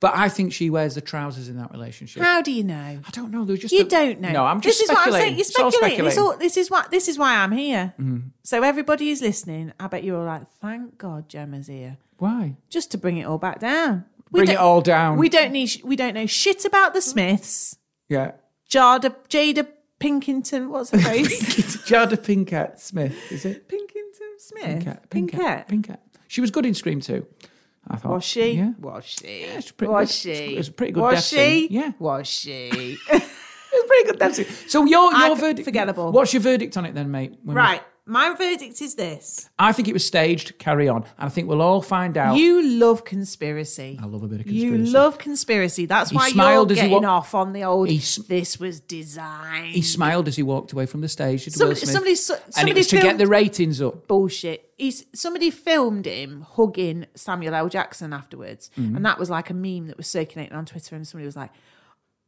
S2: But I think she wears the trousers in that relationship.
S1: How do you know?
S2: I don't know. There was just
S1: You
S2: a-
S1: don't know.
S2: No, I'm just
S1: This is what I'm
S2: speculating.
S1: saying. You're
S2: It's all
S1: speculating. It's
S2: speculating. Mm-hmm.
S1: all, this is what this is why I'm here. So everybody who's listening, I bet you're all like, "Thank God Gemma's here,"
S2: Why?
S1: just to bring it all back down.
S2: Bring
S1: don't-
S2: it all down.
S1: We don't need. sh- We don't know shit about the Smiths. [LAUGHS]
S2: Yeah.
S1: Jada, Jada Pinkington. What's her
S2: [LAUGHS]
S1: face?
S2: It's Jada Pinkett Smith, is it?
S1: Pinkington Smith.
S2: Pinkett. Pinkett. Pinkett. She was good in Scream too. I thought.
S1: Was she?
S2: Yeah.
S1: Was she?
S2: it's pretty
S1: was
S2: good.
S1: she?
S2: It's- it's a pretty good
S1: Was
S2: death
S1: she?
S2: scene. Yeah.
S1: Was she?
S2: [LAUGHS] It's pretty good dancing. So your
S1: I
S2: your
S1: c-
S2: verdict.
S1: forgettable.
S2: What's your verdict on it then, mate? When we-
S1: right. My verdict is this:
S2: I think it was staged. Carry on, and I think we'll all find out.
S1: you love conspiracy.
S2: I love a bit of
S1: You
S2: conspiracy.
S1: love conspiracy. That's why
S2: smiled
S1: you're
S2: as he
S1: getting
S2: wa-
S1: off on the old.
S2: He sm-
S1: this was designed.
S2: He smiled as he walked away from the stage. did Will
S1: Somebody-
S2: Smith.
S1: somebody so-
S2: and
S1: somebody
S2: it was to
S1: filmed-
S2: get the ratings up.
S1: Bullshit. He's somebody filmed him hugging Samuel L. Jackson afterwards,
S2: Mm-hmm.
S1: and that was like a meme that was circulating on Twitter. And somebody was like,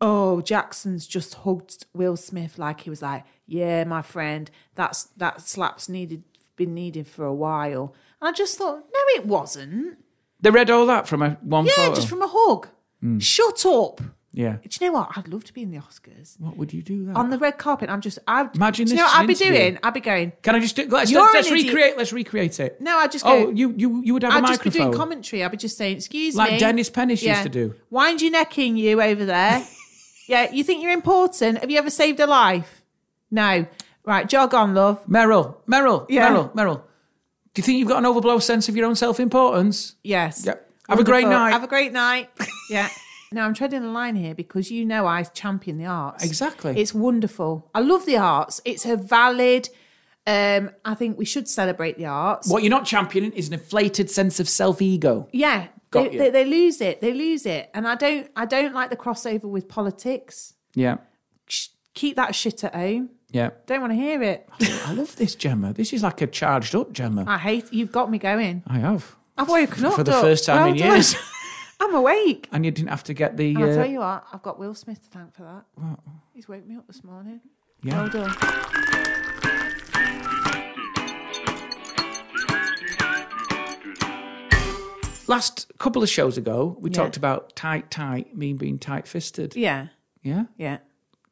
S1: "Oh, Jackson's just hugged Will Smith like he was like, yeah, my friend. That's that slaps needed been needed for a while." And I just thought, no, it wasn't.
S2: They read all that from a one
S1: Yeah,
S2: photo. Mm.
S1: just from a hug. Shut up.
S2: yeah.
S1: Do you know what? I'd love to be in the Oscars.
S2: What would you do that?
S1: on the red carpet. I'm just, I
S2: Imagine
S1: do
S2: this
S1: You know,
S2: is
S1: what
S2: an
S1: I'd be
S2: interview.
S1: doing. I'd be going.
S2: Can I just do? Let's,
S1: You're
S2: let's,
S1: an
S2: let's
S1: idiot.
S2: recreate. Let's recreate it.
S1: No, I just
S2: Oh,
S1: go-
S2: you you you would have a
S1: I'd just be
S2: microphone.
S1: doing commentary. I'd be just saying, "Excuse
S2: Like
S1: me,"
S2: Dennis Pennish used to do.
S1: Wind your neck in, you over
S2: [LAUGHS]
S1: there. yeah, you think you're important? Have you ever saved a life? No. Right, jog on, love.
S2: Meryl, Meryl,
S1: Yeah.
S2: Meryl, Meryl. Do you think you've got an overblow sense of your own self-importance?
S1: Yes.
S2: Yep. Have a great
S1: Wonderful.
S2: night.
S1: Have a great night. yeah. [LAUGHS] Now I'm treading a line here because you know I champion the arts.
S2: Exactly.
S1: It's wonderful. I love the arts. It's a valid. Um, I think we should celebrate the arts.
S2: What you're not championing is an inflated sense of self-ego.
S1: Yeah,
S2: Got
S1: they,
S2: you.
S1: they, they lose it. They lose it, and I don't. I don't like the crossover with politics.
S2: Yeah,
S1: Sh- keep that shit at home.
S2: yeah.
S1: Don't want to hear it.
S2: I love this Gemma. This is like a charged up Gemma.
S1: I hate. You've got me going.
S2: I have.
S1: I've woken up
S2: For the
S1: Doc.
S2: first time in
S1: done. [LAUGHS]
S2: years.
S1: I'm awake.
S2: And you didn't have to get the.
S1: And I'll
S2: Uh,
S1: tell you what. I've got Will Smith to thank for that. He's woke me up this morning.
S2: Yeah.
S1: Well done.
S2: last couple of shows ago, we
S1: Yeah.
S2: talked about tight, tight, me being tight fisted.
S1: Yeah.
S2: Yeah.
S1: Yeah.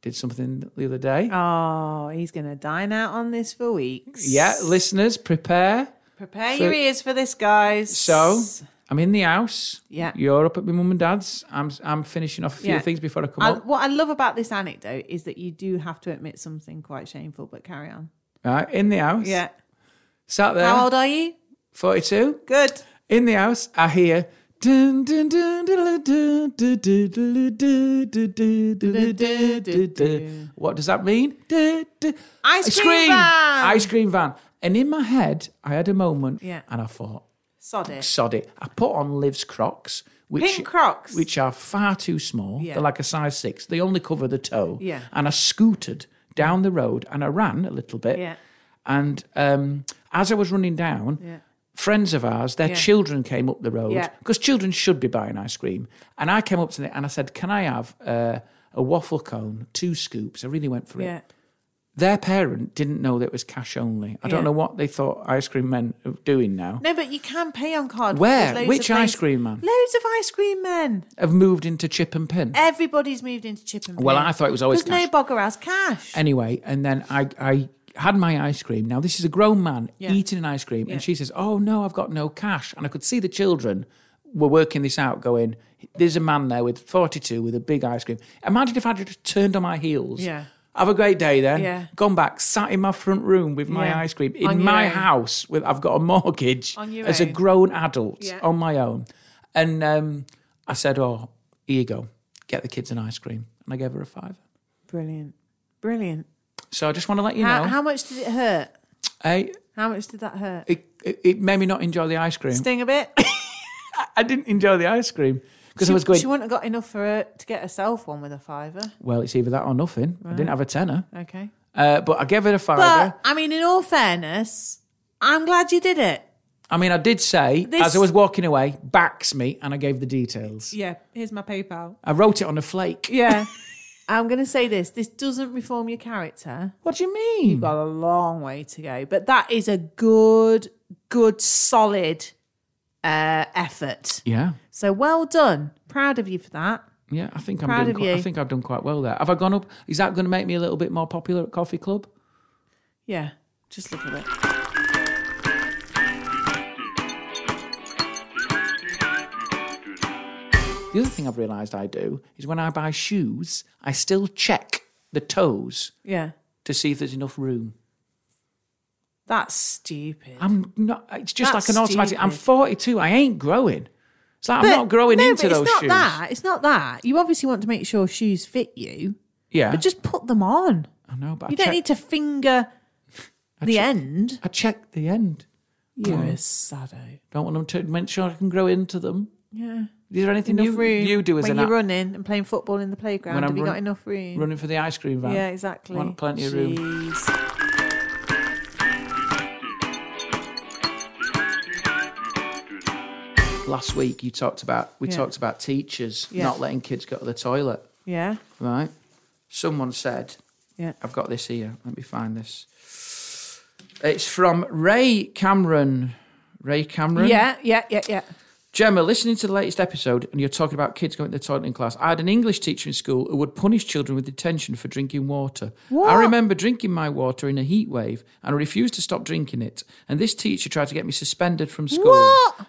S2: Did something the other day.
S1: Oh, he's gonna dine out on this for weeks.
S2: Yeah, listeners, prepare.
S1: Prepare
S2: So-
S1: your ears for this, guys.
S2: So I'm in the house.
S1: Yeah.
S2: You're up at my mum and dad's. I'm I'm finishing off a few
S1: Yeah.
S2: things before I come
S1: I,
S2: up.
S1: what I love about this anecdote is that you do have to admit something quite shameful, but carry on.
S2: Right, in the house.
S1: Yeah.
S2: Sat there.
S1: How old are you?
S2: 42.
S1: Good.
S2: In the house, I hear. dun, dun, dun, diddle, dun, dun, diddle, dun, dun, dun, diddle, dun, dun, dun. What does that mean? Dun, dun.
S1: Ice cream van.
S2: Ice cream van. And in my head, I had a moment
S1: Yeah.
S2: and I thought,
S1: Sod it.
S2: sod it. I put on Liv's Crocs, which
S1: Pink Crocs?
S2: which are far too small.
S1: Yeah.
S2: They're like a size six. They only cover the toe.
S1: Yeah.
S2: And I scooted down the road and I ran a little bit.
S1: Yeah.
S2: And um, as I was running down,
S1: Yeah.
S2: friends of ours, their
S1: Yeah.
S2: children came up the road
S1: Yeah.
S2: because children should be buying ice cream. And I came up to them and I said, Can I have uh, a waffle cone, two scoops? I really went for
S1: Yeah.
S2: it. Their parent didn't know that it was cash only. I
S1: Yeah.
S2: don't know what they thought ice cream men are doing now.
S1: No, but you can pay on card.
S2: Where?
S1: There's loads
S2: Which
S1: of
S2: ice
S1: places-
S2: cream man?
S1: Loads of ice cream men.
S2: Have moved into chip and pin.
S1: Everybody's moved into chip and
S2: Well, I thought it was always
S1: Because no
S2: cash. Eh.
S1: bugger has cash.
S2: Anyway, and then I, I had my ice cream. Now, this is a grown man
S1: Yeah.
S2: eating an ice cream,
S1: Yeah.
S2: and she says, Oh, no, I've got no cash. And I could see the children were working this out, going, There's a man there with 42 with a big ice cream. Imagine if I'd just turned on my heels.
S1: Yeah.
S2: Have a great day then.
S1: Yeah.
S2: Gone back, sat in my front room with my
S1: Yeah.
S2: ice cream
S1: On
S2: in
S1: your
S2: my
S1: own.
S2: house. With I've got a mortgage
S1: On your
S2: as a
S1: own.
S2: grown adult
S1: Yeah.
S2: on my own. And um, I said, Oh, here you go. Get the kids an ice cream. And I gave her a fiver.
S1: Brilliant. Brilliant.
S2: So I just want to let you
S1: How,
S2: know.
S1: how much did it hurt?
S2: I,
S1: How much did that hurt?
S2: it, it it made me not enjoy the ice cream.
S1: Sting a bit?
S2: I didn't enjoy the ice cream because I
S1: She-
S2: [COUGHS] was going.
S1: She wouldn't have got enough for her to get herself one with a fiver.
S2: well, it's either that or nothing. I didn't have a tenner,
S1: Okay.
S2: uh, but I gave it a fiver.
S1: But, I mean, in all fairness, I'm glad you did it.
S2: I mean, I did say
S1: This-
S2: as I was walking away, backs me, and I gave the details.
S1: Yeah, here's my PayPal.
S2: I wrote it on a flake.
S1: [LAUGHS] Yeah. I'm going to say this this doesn't reform your character.
S2: What do you mean?
S1: You've got a long way to go, but that is a good, good, solid uh, effort.
S2: yeah,
S1: So well done. Proud of you for that.
S2: yeah. I think I'm
S1: Proud
S2: doing.
S1: of
S2: Quite, I
S1: you.
S2: think I've done quite well there. Have I gone up? Is that going to make me a little bit more popular at Coffee Club?
S1: Yeah, just look at it.
S2: The other thing I've realised I do is when I buy shoes, I still check the toes
S1: Yeah,
S2: to see if there's enough room.
S1: that's stupid.
S2: I'm not. It's just
S1: That's
S2: like an automatic. I'm
S1: stupid.
S2: 42. I ain't growing. It's like
S1: But-
S2: I'm not growing
S1: no,
S2: into
S1: but it's
S2: those
S1: not
S2: shoes.
S1: That. It's not that. You obviously want to make sure shoes fit you,
S2: Yeah,
S1: but just put them on.
S2: I know. But
S1: You
S2: I
S1: don't
S2: check,
S1: need to finger the end.
S2: I check the end.
S1: You're a saddo.
S2: Don't want them to make sure I can grow into them.
S1: Yeah.
S2: Is there anything
S1: Enough
S2: you,
S1: room.
S2: you do as
S1: when
S2: an
S1: you're
S2: a-
S1: running and playing football in the playground?
S2: When
S1: Have
S2: I'm
S1: you got
S2: run-
S1: enough room?
S2: running for the ice cream van?
S1: yeah, exactly.
S2: Want plenty of room.
S1: Jeez.
S2: Last week you talked about we
S1: Yeah.
S2: talked about teachers
S1: Yeah.
S2: not letting kids go to the toilet.
S1: Yeah,
S2: Right? Someone said
S1: yeah.
S2: I've got this here. Let me find this. It's from Ray Cameron. Ray Cameron.
S1: Yeah, yeah, yeah, yeah.
S2: Gemma, listening to the latest episode, and you're talking about kids going to the toilet in class. I had an English teacher in school who would punish children with detention for drinking water. I remember drinking my water in a heat wave, and I refused to stop drinking it. And this teacher tried to get me suspended from school.
S1: What?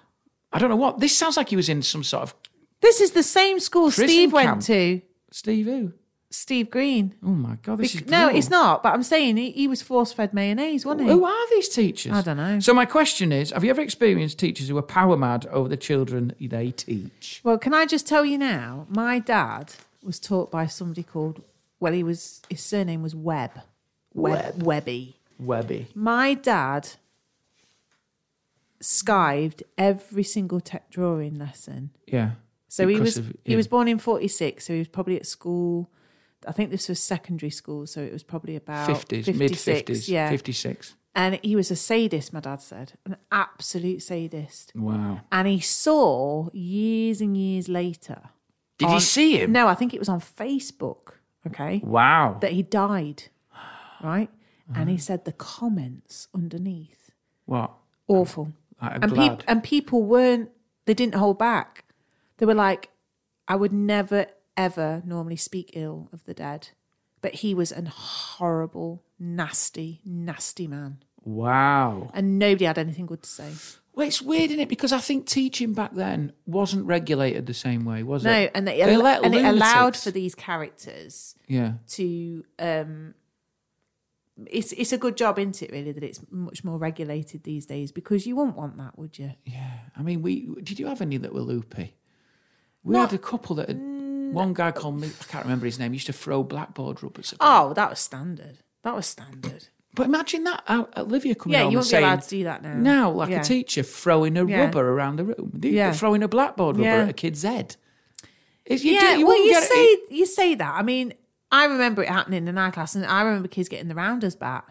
S2: I don't know what. This sounds like he was in some sort of
S1: This is the same school
S2: Prison
S1: Steve
S2: camp.
S1: went to.
S2: Steve. Who?
S1: Steve Green.
S2: Oh my god, this is
S1: No,
S2: brutal.
S1: it's not. But I'm saying he, he was force fed mayonnaise, wasn't he?
S2: Who are these teachers?
S1: I don't know.
S2: So my question is: Have you ever experienced teachers who are power mad over the children they teach?
S1: Well, can I just tell you now? My dad was taught by somebody called. Well, he was. His surname was Webb. Webb. Webby.
S2: Webby.
S1: My dad skived every single tech drawing lesson.
S2: Yeah.
S1: So he was
S2: Because of-
S1: he was born in forty six, so he was probably at school. I think this was secondary school, so it was probably about
S2: 50s,
S1: 56,
S2: mid 50s,
S1: Yeah,
S2: 56.
S1: and he was a sadist. My dad said an absolute sadist.
S2: Wow.
S1: and he saw years and years later.
S2: Did you see him?
S1: No, I think it was on Facebook, okay,
S2: Wow.
S1: that he died, right? And
S2: Uh-huh.
S1: he said the comments underneath
S2: What?
S1: awful,
S2: I'm
S1: and
S2: glad.
S1: peop- and people weren't they didn't hold back. They were like, I would never ever normally speak ill of the dead, but he was an horrible, nasty, nasty man,
S2: Wow.
S1: and nobody had anything good to say.
S2: Well, it's weird, isn't it? Because I think teaching back then wasn't regulated the same way, was
S1: No,
S2: it?
S1: and they,
S2: They let
S1: and it allowed
S2: lunatics-
S1: for these characters
S2: Yeah.
S1: to um it's it's a good job isn't it really that it's much more regulated these days because you wouldn't want that would you
S2: I mean, we did you have any that were loopy? We
S1: Not-
S2: had a couple that had, one guy called me, I can't remember his name, he used to throw blackboard rubbers. At
S1: oh that was standard that was standard
S2: but imagine that, uh, Olivia coming
S1: Yeah,
S2: home
S1: you wouldn't
S2: and
S1: be
S2: saying,
S1: allowed to do that now.
S2: Now, like
S1: Yeah.
S2: a teacher throwing a
S1: Yeah.
S2: rubber around the room, They-
S1: Yeah.
S2: throwing a blackboard rubber
S1: Yeah.
S2: at a kid's head. It's- you
S1: yeah
S2: do- you
S1: well
S2: wouldn't
S1: you
S2: get it-
S1: say you say that i mean i remember it happening in our class and i remember kids getting the rounders back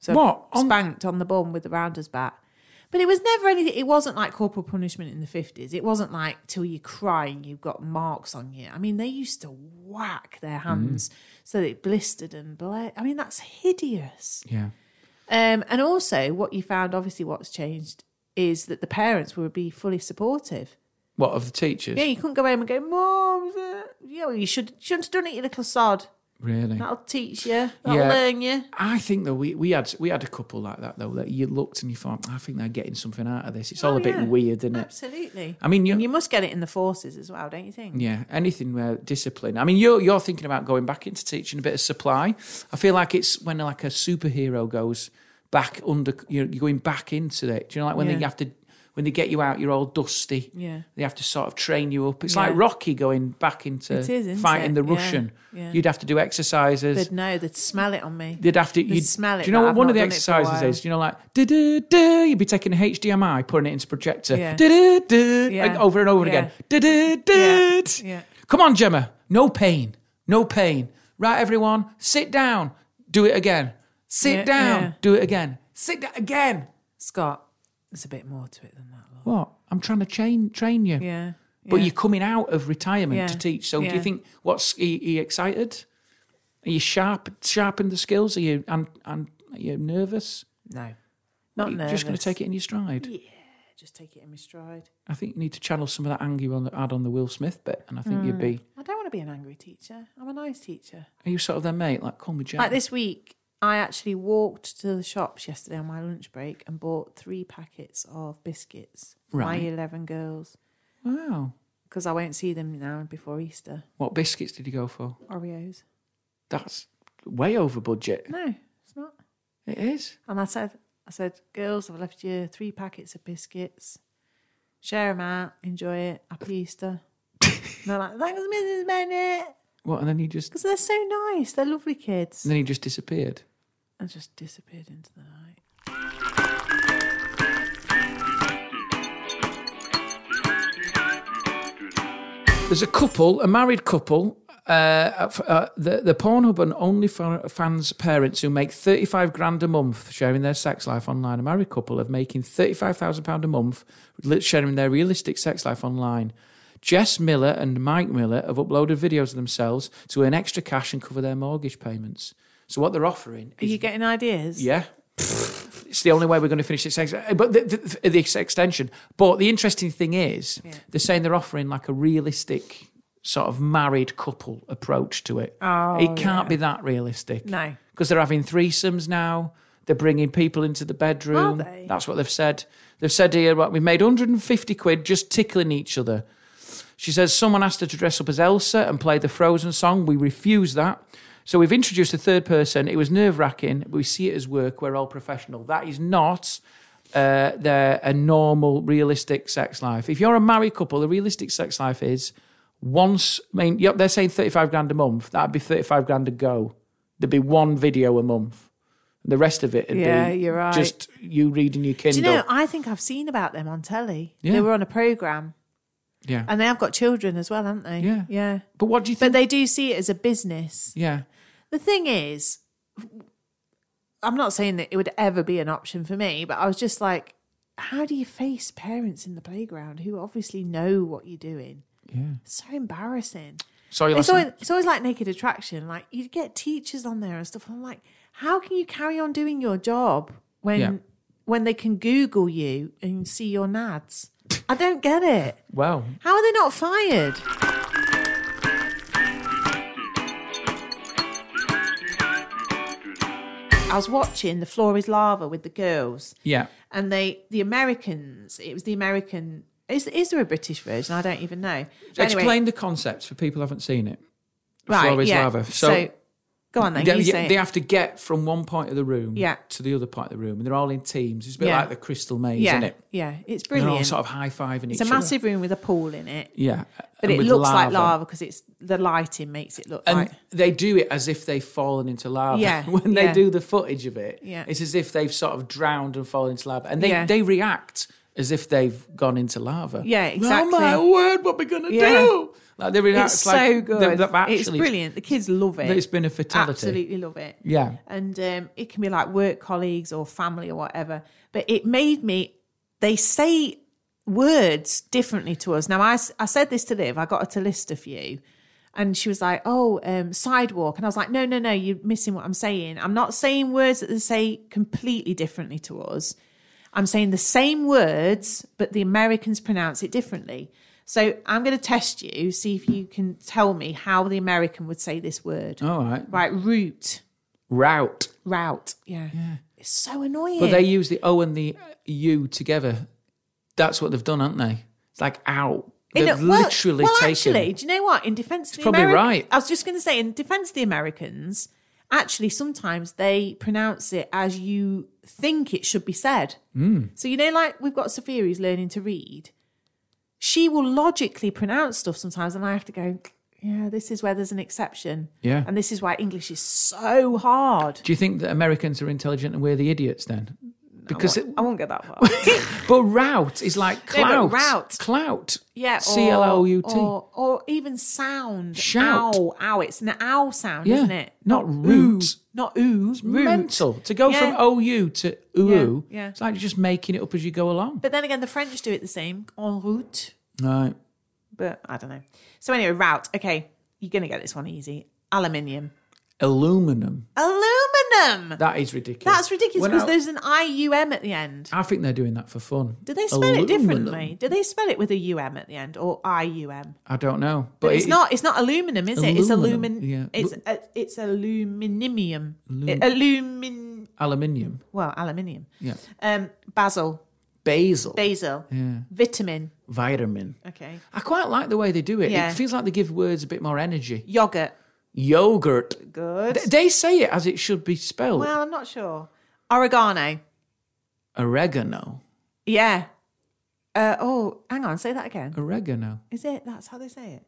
S1: So
S2: What? On-
S1: spanked on the bum with the rounder's bat. But it was never anything. It wasn't like corporal punishment in the fifties. It wasn't like till you're crying, you've got marks on you. I mean, they used to whack their hands
S2: Mm.
S1: so that it blistered and bled. I mean, that's hideous.
S2: Yeah.
S1: Um, and also, what you found, obviously, what's changed is that the parents would be fully supportive.
S2: What of the teachers?
S1: Yeah, you couldn't go home and go, Mom, uh, yeah, well, you should shouldn't have done it, you little sod.
S2: Really?
S1: That'll teach you. That'll
S2: Yeah.
S1: learn you.
S2: I think though we, we had we had a couple like that though that you looked and you thought I think they're getting something out of this. It's all
S1: Oh,
S2: a bit
S1: yeah.
S2: weird, isn't it?
S1: Absolutely.
S2: I mean, you-
S1: And you must get it in the forces as well, don't you think?
S2: Yeah, anything where discipline. I mean, you're you're thinking about going back into teaching a bit of supply. I feel like it's when like a superhero goes back under. You're, you're going back into it. Do you know like when they
S1: Yeah.
S2: have to when they get you out, you're all dusty.
S1: Yeah.
S2: they have to sort of train you up. It's
S1: Yeah.
S2: like Rocky going back into
S1: It is, isn't
S2: fighting
S1: it?
S2: the
S1: Yeah,
S2: Russian.
S1: yeah.
S2: You'd have to do exercises.
S1: They'd know, they'd smell it on me.
S2: They'd have to.
S1: They'd
S2: You'd
S1: smell it.
S2: Do you know
S1: that
S2: what
S1: I've
S2: one of
S1: not done
S2: the
S1: it for a
S2: exercises
S1: while.
S2: is? Do you know, like do do do. You'd be taking a HDMI, putting it into projector,
S1: Yeah.
S2: do do do,
S1: Yeah.
S2: like over and over
S1: Yeah.
S2: again. Do do do.
S1: Yeah. Yeah.
S2: Come on, Gemma. No pain. No pain. Right, everyone. Sit down. Do it again. Sit
S1: Yeah,
S2: down.
S1: yeah.
S2: Do it again. Sit down again.
S1: Scott, there's a bit more to it than that. love.
S2: What? I'm trying to train train you.
S1: Yeah.
S2: But
S1: yeah.
S2: you're coming out of retirement
S1: Yeah.
S2: to teach. So do
S1: Yeah.
S2: you think what's are you, are you excited? Are you sharp? Sharpened the skills? Are you and and are you nervous?
S1: No. Not
S2: You're
S1: nervous.
S2: just going to take it in your stride.
S1: Just take it in my stride.
S2: I think you need to channel some of that anger you on the, had on the Will Smith bit, and I think you'd be.
S1: I don't want to be an angry teacher. I'm a nice teacher.
S2: Are you sort of their mate? Like, call me Jack.
S1: Like this week, I actually walked to the shops yesterday on my lunch break and bought three packets of biscuits. for My
S2: Right.
S1: 11 girls.
S2: Wow.
S1: Because I won't see them now before Easter.
S2: What biscuits did you go for?
S1: Oreos.
S2: That's way over budget.
S1: No, it's not.
S2: It is.
S1: And I said, I said, girls, I've left you three packets of biscuits. Share them out. Enjoy it. Happy Easter. and they're like, thanks, Mrs. Bennett.
S2: What? And then you just
S1: Because they're so nice. They're lovely kids.
S2: and then you just disappeared.
S1: I just disappeared into the night.
S2: There's a couple, a married couple, uh, f- uh, the the Pornhub and OnlyFans parents who make 35 grand a month for sharing their sex life online. A married couple of making 35,000 pound a month li- sharing their realistic sex life online. Jess Miller and Mike Miller have uploaded videos of themselves to earn extra cash and cover their mortgage payments. So what they're offering
S1: Are
S2: is
S1: you getting ideas?
S2: Yeah. It's the only way we're going to finish this ex- but the, the, the ex- extension. But the interesting thing is, they're saying they're offering like a realistic sort of married couple approach to it.
S1: Oh,
S2: it can't be that realistic.
S1: No.
S2: because they're having threesomes now. They're bringing people into the bedroom.
S1: Are they?
S2: That's what they've said. They've said here, what we made 150 quid just tickling each other. She says someone asked her to dress up as Elsa and play the Frozen song. We refuse that. So we've introduced a third person. It was nerve wracking, but we see it as work. We're all professional. That is not uh, their a normal, realistic sex life. If you're a married couple, the realistic sex life is once. I mean, yep, they're saying thirty-five grand a month. That'd be thirty-five grand a go. There'd be one video a month. The rest of it would
S1: Yeah,
S2: be
S1: you're right.
S2: just you reading your
S1: Do
S2: Kindle.
S1: you know, I think I've seen about them on telly.
S2: Yeah.
S1: They were on a programme
S2: yeah.
S1: and they have got children as well, haven't they?
S2: Yeah.
S1: Yeah.
S2: But what do you think?
S1: But they do see it as a business.
S2: yeah.
S1: The thing is, I'm not saying that it would ever be an option for me, but I was just like, how do you face parents in the playground who obviously know what you're doing?
S2: Yeah.
S1: It's so embarrassing.
S2: Sorry,
S1: It's
S2: listen.
S1: always, it's always like naked attraction. Like you get teachers on there and stuff. I'm like, how can you carry on doing your job when
S2: Yeah.
S1: when they can Google you and see your nads? I don't get it.
S2: Wow.
S1: How are they not fired? I was watching The Floor is Lava with the girls,
S2: Yeah.
S1: and they, the Americans, it was the American. Is, is there a British version? I don't even know. But anyway,
S2: Explain the concept for people who haven't seen it. Floor is Lava. So-
S1: So, go on then.
S2: They,
S1: you
S2: they-
S1: say it.
S2: they have to get from one point of the room
S1: Yeah.
S2: to the other part of the room, and they're all in teams. It's a bit
S1: Yeah.
S2: like the Crystal Maze,
S1: yeah,
S2: isn't it?
S1: yeah, it's
S2: And They're
S1: brilliant.
S2: all sort of high fiving
S1: it's
S2: each
S1: a massive room with a pool in it,
S2: other. Yeah.
S1: but
S2: and
S1: it
S2: with
S1: looks like lava because it's the lighting makes it look
S2: And
S1: like
S2: they do it as if they've fallen into lava.
S1: Yeah,
S2: [LAUGHS] when they
S1: yeah.
S2: do the footage of it,
S1: Yeah.
S2: it's as if they've sort of drowned and fallen into lava. And they,
S1: Yeah.
S2: they react as if they've gone into lava.
S1: Yeah, exactly.
S2: Oh my word, what we gonna
S1: Yeah.
S2: do? Like they react
S1: It's
S2: like
S1: so
S2: they've-
S1: good.
S2: they've
S1: it's
S2: actually-
S1: brilliant. The kids love it.
S2: that It's been a fatality.
S1: Absolutely love it.
S2: Yeah.
S1: And um, it can be like work colleagues or family or whatever. But it made me, they say words differently to us. Now, I, s- I said this to Liv, I got her to list a few. And she was like, oh, um, sidewalk. And I was like, no, no, no, you're missing what I'm saying. I'm not saying words that they say completely differently to us. I'm saying the same words, but the Americans pronounce it differently. So I'm going to test you, see if you can tell me how the American would say this word.
S2: All right.
S1: Right, route,
S2: Route.
S1: route. Yeah. It's so annoying.
S2: But they use the O and the U together. That's what they've done, haven't they? It's like out.
S1: In
S2: They've
S1: a- well-
S2: literally
S1: well,
S2: taken.
S1: actually, do you know what? In defense of the
S2: probably
S1: Ameri-
S2: right.
S1: I was just going to say, in defense of the Americans, actually, sometimes they pronounce it as you think it should be said.
S2: Hmm.
S1: So, you know, like we've got Sophia who's learning to read. She will logically pronounce stuff sometimes, and I have to go, yeah, this is where there's an exception.
S2: Yeah.
S1: And this is why English is so hard.
S2: Do you think that Americans are intelligent and we're the idiots then? Because it,
S1: I won't get that far.
S2: but route is like
S1: No,
S2: clout.
S1: but route.
S2: Clout.
S1: Yeah, or-
S2: C L O U T.
S1: Or, or even sound.
S2: Shout.
S1: Ow, ow. It's an ow sound,
S2: Yeah,
S1: isn't it?
S2: not
S1: root.
S2: root.
S1: Not ooh. It's
S2: Mental. To go
S1: Yeah.
S2: from O U to U U.
S1: Yeah, yeah.
S2: It's like you're just making it up as you go along.
S1: But then again, the French do it the same. En route.
S2: Right.
S1: But I don't know. So anyway, route. Okay, you're going to get this one easy. Aluminium.
S2: Aluminum.
S1: Aluminum.
S2: That is ridiculous.
S1: That's ridiculous
S2: When
S1: because
S2: I-
S1: there's an IUM at the end.
S2: I think they're doing that for fun.
S1: Do they spell
S2: Aluminum.
S1: it differently? Do they spell it with a UM at the end or IUM?
S2: I don't know. But,
S1: But it's
S2: it-
S1: not. It's not aluminum, is it? It's
S2: Aluminum,
S1: alumin.
S2: yeah.
S1: It's uh, it's aluminium. Alumin.
S2: aluminium.
S1: Well, aluminium.
S2: Yeah.
S1: Um, basil,
S2: Basil.
S1: basil, vitamin.
S2: vitamin.
S1: Okay.
S2: I quite like the way they do it.
S1: Yeah.
S2: It feels like they give words a bit more energy.
S1: Yogurt.
S2: Yogurt.
S1: Good.
S2: Th- They say it as it should be spelled.
S1: Well, I'm not sure. Oregano.
S2: oregano.
S1: Yeah. Uh, oh, hang on. Say that again.
S2: Oregano.
S1: Is it? That's how they say it.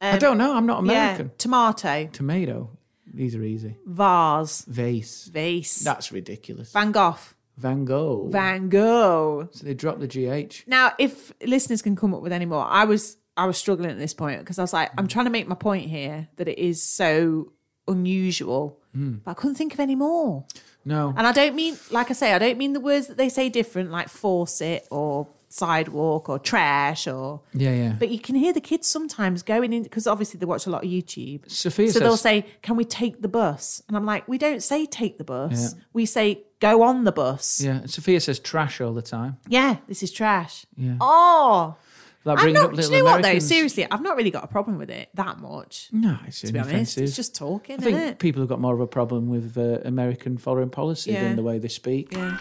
S2: I don't know. I'm not American.
S1: Um, Yeah. Tomato.
S2: Tomato. These are easy.
S1: Vase.
S2: Vase.
S1: Vase.
S2: That's ridiculous.
S1: Van Gogh.
S2: Van Gogh.
S1: Van Gogh.
S2: so they drop the GH.
S1: Now, if listeners can come up with any more, I was I was struggling at this point because I was like,
S2: Mm.
S1: I'm trying to make my point here that it is so unusual,
S2: Mm.
S1: but I couldn't think of any more.
S2: No.
S1: And I don't mean, like I say, I don't mean the words that they say different, like force it or sidewalk or trash or.
S2: Yeah, yeah.
S1: But you can hear the kids sometimes going in because obviously they watch a lot of YouTube.
S2: Sophia
S1: so they'll
S2: says-
S1: say, "Can we take the bus?" And I'm like, "We don't say take the bus. We say go on the bus."
S2: yeah. Sophia says trash all the time.
S1: Yeah, this is trash. Oh,
S2: Like
S1: I'm
S2: bringing
S1: not.
S2: up
S1: Do you
S2: little
S1: know what though?
S2: Americans.
S1: Seriously, I've not really got a problem with it that much.
S2: No, it's
S1: To be honest,
S2: inoffensive.
S1: it's just talking,
S2: I
S1: isn't
S2: think
S1: it?
S2: people have got more of a problem with uh, American foreign policy
S1: Yeah.
S2: than the way they speak.
S1: yeah.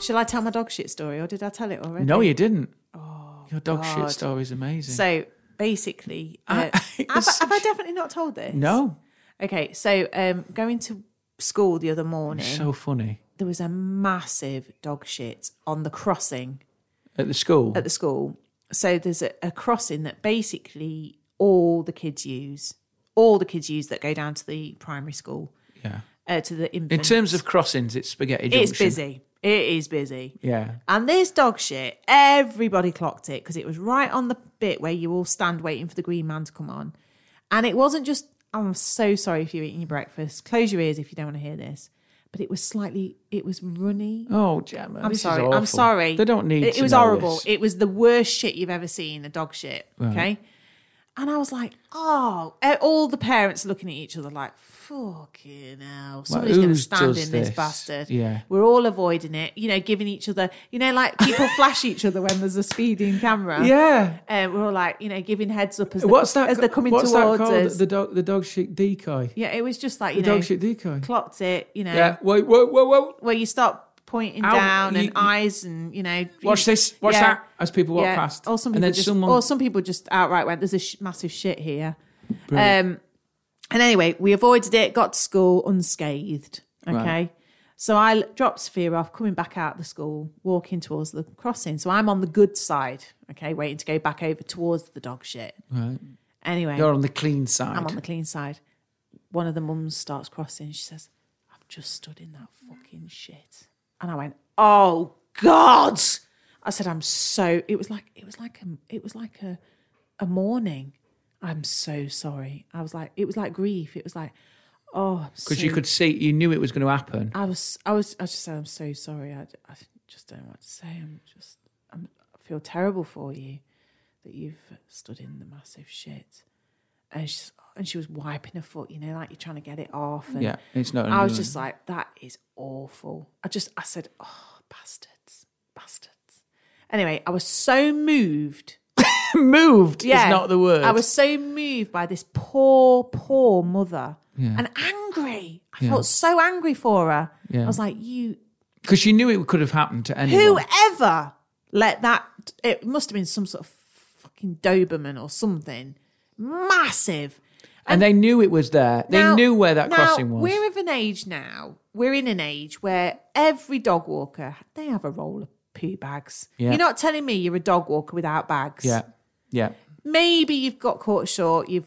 S1: Shall I tell my dog shit story, or did I tell it already?
S2: No, you didn't. Your dog
S1: God.
S2: shit story is amazing.
S1: So basically,
S2: [LAUGHS]
S1: uh,
S2: it
S1: have,
S2: was
S1: I- have I definitely not told this?
S2: no,
S1: Okay, so um, going to school the other morning,
S2: so funny.
S1: there was a massive dog shit on the crossing
S2: At the school,
S1: at the school. So there's a, a crossing that basically all the kids use, all the kids use that go down to the primary school,
S2: yeah.
S1: uh, to the infant.
S2: In terms of crossings, it's spaghetti junction.
S1: it's busy. It is busy.
S2: Yeah,
S1: And this dog shit, everybody clocked it because it was right on the bit where you all stand waiting for the green man to come on. And it wasn't just, "Oh, I'm so sorry if you're eating your breakfast. Close your ears if you don't want to hear this. But it was slightly, it was runny.
S2: Oh, Gemma,
S1: I'm
S2: this is
S1: sorry. I'm
S2: awful.
S1: sorry.
S2: They don't need.
S1: It, it
S2: to
S1: was
S2: know
S1: horrible.
S2: this.
S1: It was the worst shit you've ever seen. The dog shit. Okay. And I was like, oh, eh, all the parents looking at each other like, fucking hell, somebody's going to
S2: who's
S1: stand
S2: does
S1: in this
S2: this?
S1: bastard.
S2: Yeah.
S1: We're all avoiding it, you know, giving each other, you know, like people flash each other when there's a speeding camera.
S2: [LAUGHS] Yeah.
S1: Um, we're all like, you know, giving heads up as,
S2: What's
S1: they're,
S2: that?
S1: as they're coming
S2: what's
S1: towards
S2: that called?
S1: us.
S2: The dog, the dog shit decoy.
S1: yeah, it was just like, you
S2: the
S1: know,
S2: dog shit decoy.
S1: clocked it, you know,
S2: Yeah. Wait. Whoa. Whoa. Whoa.
S1: where you start pointing
S2: Ow,
S1: down
S2: you-
S1: and
S2: you-
S1: eyes and, you know.
S2: Watch this. Watch
S1: Yeah.
S2: that. As people walk
S1: Yeah.
S2: past,
S1: Or some
S2: and
S1: people
S2: then
S1: just,
S2: someone.
S1: or some people just outright went, "There's a sh- massive shit here."
S2: Brilliant.
S1: Um, and anyway, we avoided it, got to school unscathed. Okay,
S2: Right.
S1: so I l- dropped Sophia off, coming back out of the school, walking towards the crossing. So I'm on the good side. Okay, waiting to go back over towards the dog shit.
S2: Right.
S1: Anyway,
S2: You're on the clean side.
S1: I'm on the clean side. One of the mums starts crossing. She says, just stood in that fucking shit. And I went, oh God. I said, I'm so it was like it was like a it was like a a morning. I'm so sorry. I was like, it was like grief. It was like, oh,
S2: Because you could see, you knew it was going to happen.
S1: I was, I was, I just said, I'm so sorry. I, I just don't know what to say. I'm just, I'm, I feel terrible for you that you've stood in the massive shit. And she, and she was wiping her foot, you know, like you're trying to get it off. And
S2: Yeah, Mm-hmm. it's not
S1: I was
S2: annoying.
S1: just like, that is awful. I just, I said, oh, bastards, bastards. Anyway, I was so moved.
S2: [LAUGHS] Moved
S1: Yeah,
S2: is not the word.
S1: I was so moved by this poor, poor mother, and angry. I felt so angry for her.
S2: Yeah.
S1: I was like, you
S2: because you knew it could have happened to anyone.
S1: whoever let that it must have been some sort of fucking doberman or something massive
S2: and they knew it was there. They
S1: Now-
S2: knew where that
S1: now,
S2: crossing was.
S1: we're of an age now we're in an age where every dog walker they have a roll of poo bags
S2: Yeah.
S1: you're not telling me you're a dog walker without bags
S2: Yeah, yeah,
S1: maybe you've got caught short you've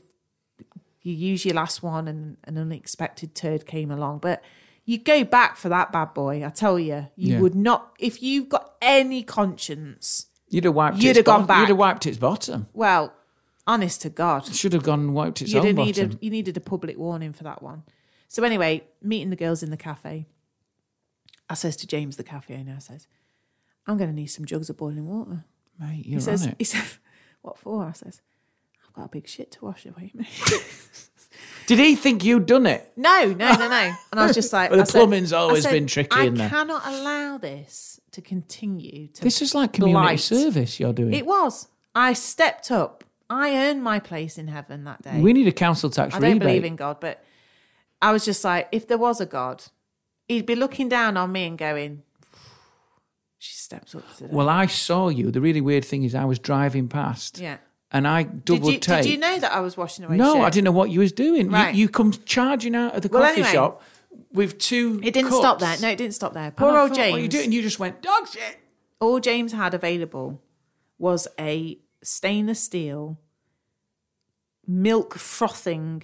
S1: you use your last one and an unexpected turd came along but you go back for that bad boy i tell you you
S2: Yeah.
S1: would not if you've got any conscience
S2: you'd have wiped.
S1: You'd
S2: its
S1: have gone
S2: bot-
S1: back.
S2: You'd have wiped its bottom.
S1: Well, honest to God,
S2: Should have gone and wiped its
S1: you
S2: own
S1: didn't
S2: bottom.
S1: need a, you needed a public warning for that one. So anyway, meeting the girls in the cafe, I says to James, the cafe owner, I says, "I'm going to need some jugs of boiling water."
S2: Mate,
S1: He
S2: you're
S1: says,
S2: on it.
S1: "He says, what for?" I says, "I've got a big shit to wash away, mate."
S2: Did he think you'd done it?
S1: [LAUGHS] No, no, no, no. And I was just like,
S2: Well, the
S1: I said-
S2: plumbing's always
S1: I said,
S2: been tricky
S1: I
S2: in there."
S1: cannot allow this to continue. To
S2: This is like community
S1: blight.
S2: service you're doing.
S1: It was. I stepped up. I earned my place in heaven that day.
S2: we need a council tax
S1: I
S2: rebate.
S1: don't believe in God, but I was just like, if there was a God, he'd be looking down on me and going, [SIGHS] she steps up to that.
S2: well, I saw you. The really weird thing is, I was driving past.
S1: yeah.
S2: And I
S1: Did
S2: double
S1: you,
S2: take.
S1: did you know that I was washing away
S2: No,
S1: shit?
S2: I didn't know what you was doing. You-
S1: Right.
S2: You, come charging out of the
S1: Well,
S2: coffee
S1: anyway,
S2: shop with two.
S1: It didn't
S2: cups.
S1: stop there. No, it didn't stop there.
S2: And
S1: Poor
S2: I
S1: old
S2: thought,
S1: James.
S2: What are you doing? You just went dog shit.
S1: all James had available was a stainless steel milk frothing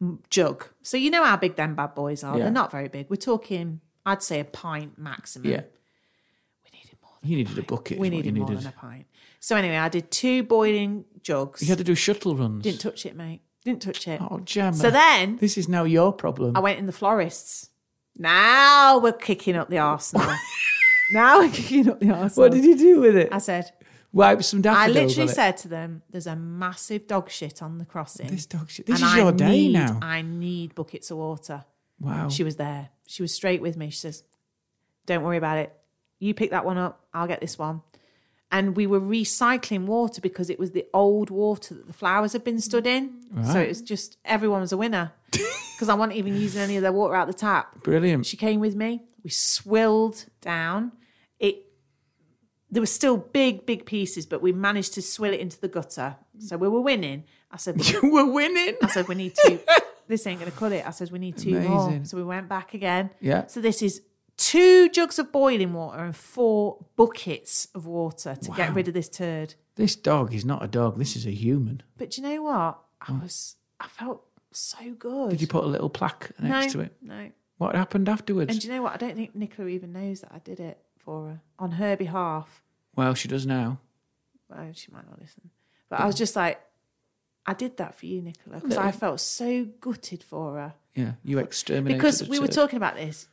S1: m- jug. So you know how big them bad boys are.
S2: Yeah.
S1: They're not very big. We're talking, I'd say, a pint maximum.
S2: Yeah.
S1: We needed more.
S2: You needed a bucket.
S1: We
S2: is what
S1: needed,
S2: you
S1: more than a pint. So anyway, I did two boiling jugs.
S2: You had to do shuttle runs.
S1: Didn't touch it, mate. Didn't touch it.
S2: oh, Gemma.
S1: so then
S2: this is now your problem.
S1: I went in the florists. Now we're kicking up the
S2: [LAUGHS]
S1: arsenal. now we're kicking up the arsenal.
S2: what did you do with it?
S1: I said,
S2: Wipe some
S1: I
S2: daffodils.
S1: literally
S2: on it.
S1: said to them, "There's a massive dog shit on the crossing.
S2: This dog shit. This
S1: and
S2: is your
S1: I
S2: day
S1: need,
S2: now.
S1: I need buckets of water."
S2: Wow.
S1: She was there. She was straight with me. She says, Don't worry about it. You pick that one up. I'll get this one. And we were recycling water because it was the old water that the flowers had been stood in. So it was just everyone was a winner because I wasn't even using any of their water out the tap.
S2: Brilliant.
S1: She came with me. We swilled down. It there were still big, big pieces, but we managed to swill it into the gutter. So we were winning. I said, "We're
S2: [LAUGHS] you were winning.
S1: I said, we need
S2: [LAUGHS]
S1: two. this ain't going to cut it. I said, we need two more.
S2: Amazing.
S1: So we went back again.
S2: Yeah.
S1: So this is two jugs of boiling water and four buckets of water to get rid of this turd.
S2: This dog is not a dog. This is a human.
S1: But do you know what? I was, I felt so good.
S2: Mm. Did you put a little plaque
S1: no,
S2: next to it?
S1: No.
S2: What happened afterwards?
S1: And do you know what? I don't think Nicola even knows that I did it for her on her behalf.
S2: well, she does now.
S1: Well, she might not listen. But I was just like, I did that for you, Nicola, because I felt so gutted for her.
S2: Yeah, you exterminated
S1: because
S2: the
S1: we were
S2: turd.
S1: talking about this.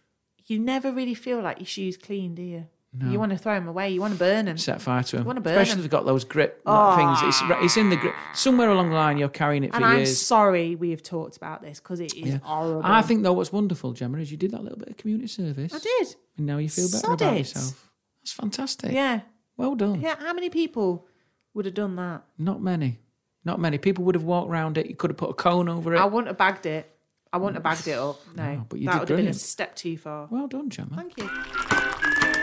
S1: You never really feel like your shoes clean, do you? You want to throw them away. You want to burn them.
S2: set fire to them.
S1: Wanna burn
S2: Especially
S1: 'em.
S2: if they've got those grip things. It's, it's in the grip. Somewhere along the line, you're carrying it for
S1: and I'm
S2: years.
S1: sorry we have talked about this because it is horrible.
S2: I think, though, what's wonderful, Gemma, is you did that little bit of community service.
S1: I did.
S2: And now you feel better
S1: Sod
S2: about
S1: it.
S2: yourself. That's fantastic.
S1: Yeah,
S2: Well done.
S1: yeah. How many people would have done that?
S2: Not many. Not many. People would have walked round it. You could have put a cone over it.
S1: I wouldn't have bagged it. I wouldn't have bagged it
S2: [LAUGHS]
S1: up. No,
S2: but you
S1: that
S2: did
S1: would have been a
S2: brilliant.
S1: step too far.
S2: well done, Gemma.
S1: Thank you.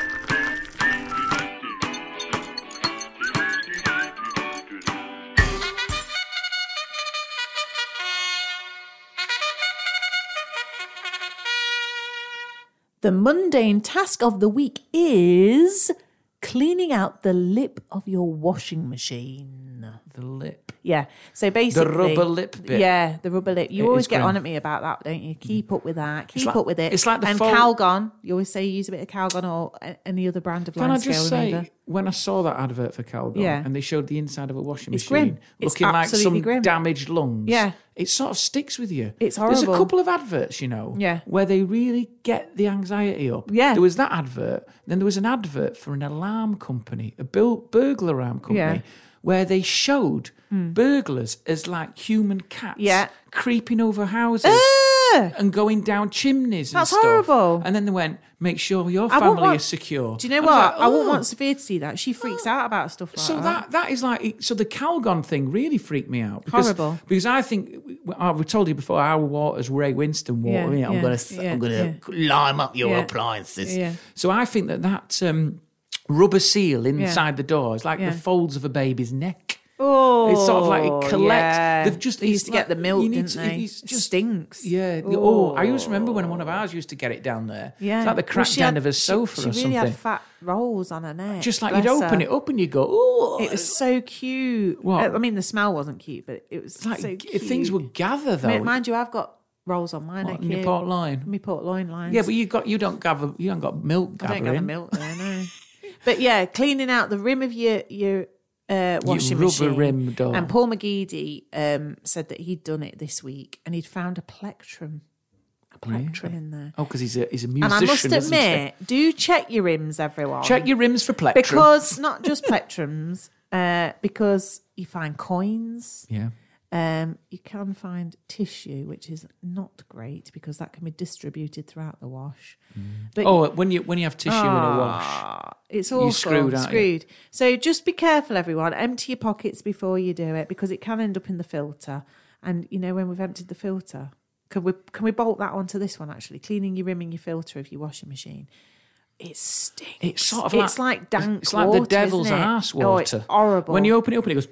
S1: The mundane task of the week is cleaning out the lip of your washing machine.
S2: The lip.
S1: Yeah. So basically,
S2: rubber lip bit.
S1: Yeah, the rubber lip. You
S2: It
S1: always
S2: is
S1: get
S2: grim.
S1: on at me about that, don't you? Keep up with that. Keep
S2: like-
S1: up with it.
S2: it's like the
S1: and
S2: fold-
S1: Calgon. You always say use a bit of Calgon or a- any other brand of
S2: Can I
S1: line scale
S2: just say,
S1: remover.
S2: when I saw that advert for Calgon
S1: Yeah.
S2: and they showed the inside of a washing
S1: It's
S2: machine
S1: grim. It's
S2: looking like
S1: absolutely
S2: some
S1: grim.
S2: damaged lungs,
S1: Yeah.
S2: it sort of sticks with you.
S1: It's
S2: There's
S1: horrible.
S2: a couple of adverts, you know,
S1: Yeah.
S2: where they really get the anxiety up.
S1: Yeah.
S2: There was that advert, then there was an advert for an alarm company, a bil- burglar alarm company,
S1: Yeah. Hmm.
S2: where they showed burglars as like human cats
S1: Yeah.
S2: creeping over houses.
S1: Ah!
S2: And going down chimneys and
S1: That's
S2: stuff.
S1: horrible.
S2: And then they went, make sure your
S1: I wouldn't
S2: family
S1: want-
S2: is secure.
S1: Do you know
S2: And
S1: what?
S2: was like,
S1: I wouldn't
S2: "Oh."
S1: want Sophia to see that. She freaks out about stuff like
S2: So that that is like so the Calgon thing really freaked me out. Because,
S1: Horrible.
S2: Because I think I we told you before our water's Ray Winston water.
S1: Yeah,
S2: you know, I'm
S1: yeah,
S2: gonna s-
S1: yeah,
S2: I'm gonna lime up your
S1: Yeah.
S2: appliances.
S1: Yeah.
S2: So I think that that um, rubber seal inside the door is like
S1: Yeah.
S2: the folds of a baby's neck.
S1: Oh,
S2: It's sort of like it collects.
S1: yeah.
S2: They've just
S1: they used to
S2: it's like-
S1: get the milk,
S2: you need
S1: didn't
S2: to-
S1: they?
S2: it's
S1: it
S2: just-
S1: stinks.
S2: Yeah. the- Oh, I always remember when one of ours used to get it down there.
S1: Yeah,
S2: It's like the
S1: Well,
S2: crack
S1: she
S2: end
S1: had-
S2: of a sofa
S1: she,
S2: or
S1: she
S2: something.
S1: really had fat rolls on her neck.
S2: just like you'd
S1: Bless
S2: open
S1: her.
S2: it up and you go, oh,
S1: It was so cute. Uh,
S2: What?
S1: I mean, the smell wasn't cute, but it was
S2: It's like
S1: so
S2: g-
S1: cute.
S2: things would gather though.
S1: Ma- Mind you, I've got rolls on my neck
S2: What, in your
S1: here.
S2: port line.
S1: My port loin lines.
S2: Yeah, but you got you don't gather you don't got milk
S1: I
S2: gathering.
S1: don't get the milk there, no. but yeah, cleaning out the rim of your your uh, washing
S2: rubber
S1: machine.
S2: rim door.
S1: And Paul McGeady um, said that he'd done it this week, and he'd found a plectrum, a plectrum in there.
S2: Oh, because he's a he's a musician.
S1: And I must
S2: isn't he?
S1: admit, do check your rims, everyone.
S2: check your rims for plectrum.
S1: because not just plectrums, [LAUGHS] uh, because you find coins.
S2: yeah,
S1: Um, you can find tissue, which is not great because that can be distributed throughout the wash. But
S2: oh, when you when you have tissue in a wash,
S1: Ah, it's awful.
S2: screwed, aren't you?
S1: Screwed. So just be careful, everyone. Empty your pockets before you do it because it can end up in the filter. And you know when we've emptied the filter, can we can we bolt that onto this one? Actually, cleaning your rim and your filter of your washing machine. It stinks.
S2: it's sort of
S1: it's
S2: like,
S1: like, dank.
S2: It's like
S1: water,
S2: the devil's
S1: isn't it?
S2: arse water.
S1: Oh, it's horrible.
S2: When you open it up and it goes,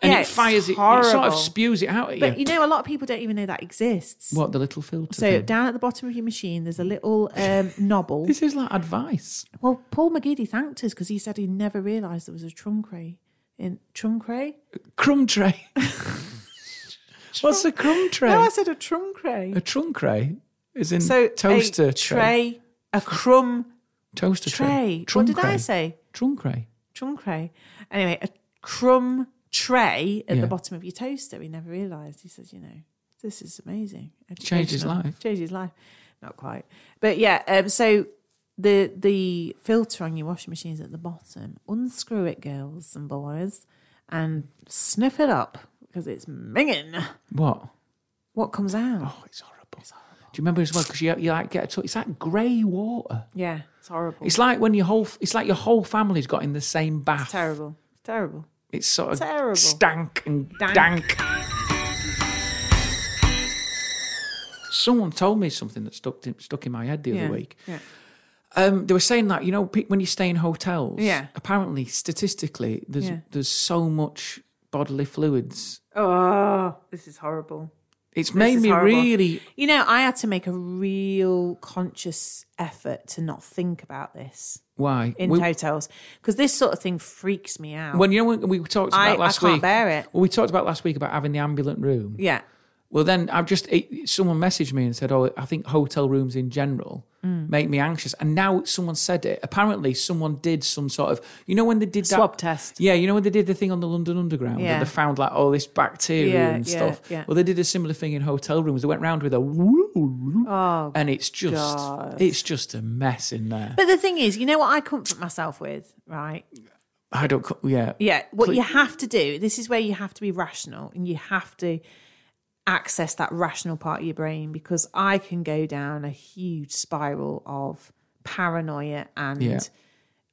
S2: and
S1: Yeah,
S2: it
S1: it's
S2: fires it, it sort of
S1: horrible.
S2: spews it out at
S1: but you
S2: you.
S1: know, a lot of people don't even know that exists.
S2: What the little filter?
S1: So
S2: thing.
S1: down at the bottom of your machine, there's a little um,
S2: [LAUGHS]
S1: knobble.
S2: Mm-hmm. Mm. this is like advice.
S1: Well, Paul McGeady thanked us because he said he never realised there was a trunk ray in trunk ray.
S2: Crumb tray. [LAUGHS] What's a crumb tray?
S1: No, I said a trunk ray.
S2: a trunk tray is in
S1: so
S2: toaster
S1: a tray, a crumb
S2: Toaster
S1: tray.
S2: tray.
S1: What
S2: Trunk
S1: did I
S2: tray.
S1: say?
S2: Trunk ray.
S1: Trunk ray. Anyway, a crumb tray at
S2: Yeah.
S1: the bottom of your toaster. He never realised. He says, you know, this is amazing.
S2: Changed his
S1: Educational.
S2: life.
S1: Changed his life. Not quite, but yeah. Um, so the the filter on your washing machine is at the bottom. Unscrew it, girls and boys, and sniff it up because it's minging.
S2: What?
S1: What comes out?
S2: Oh, it's horrible. Do you remember as well? Because you, you like get a touch. It's like grey water.
S1: Yeah, it's horrible.
S2: It's like when your whole. It's like your whole family's got in the same bath.
S1: It's terrible. It's terrible.
S2: It's sort of
S1: Terrible.
S2: stank and
S1: Dank.
S2: dank. Someone told me something that stuck in, stuck in my head the other
S1: Yeah.
S2: week.
S1: Yeah.
S2: Um, they were saying that you know pe- when you stay in hotels,
S1: Yeah.
S2: Apparently, statistically, there's
S1: Yeah.
S2: there's so much bodily fluids.
S1: Oh, this is horrible.
S2: It's made
S1: is
S2: me
S1: horrible.
S2: really
S1: You know, I had to make a real conscious effort to not think about this
S2: why
S1: in
S2: We-
S1: hotels because this sort of thing freaks me out.
S2: When you know when we talked about
S1: I- I
S2: last
S1: can't
S2: week,
S1: bear it.
S2: Well, we talked about last week about having the ambulant room.
S1: yeah,
S2: Well, then I've just it, someone messaged me and said, "Oh, I think hotel rooms in general
S1: Mm.
S2: make me anxious." And now someone said it. Apparently, someone did some sort of you know when they did
S1: swab
S2: that,
S1: test.
S2: Yeah, you know when they did the thing on the London Underground
S1: Yeah.
S2: and they found like all this bacteria
S1: Yeah,
S2: and
S1: yeah,
S2: stuff.
S1: yeah.
S2: Well, they did a similar thing in hotel rooms. They went round with a
S1: Oh,
S2: and it's just it's just a mess in there.
S1: But the thing is, you know what I comfort myself with, right?
S2: I don't. co- Yeah,
S1: Yeah, what you have to do, this is where you have to be rational and you have to access that rational part of your brain because I can go down a huge spiral of paranoia and
S2: Yeah.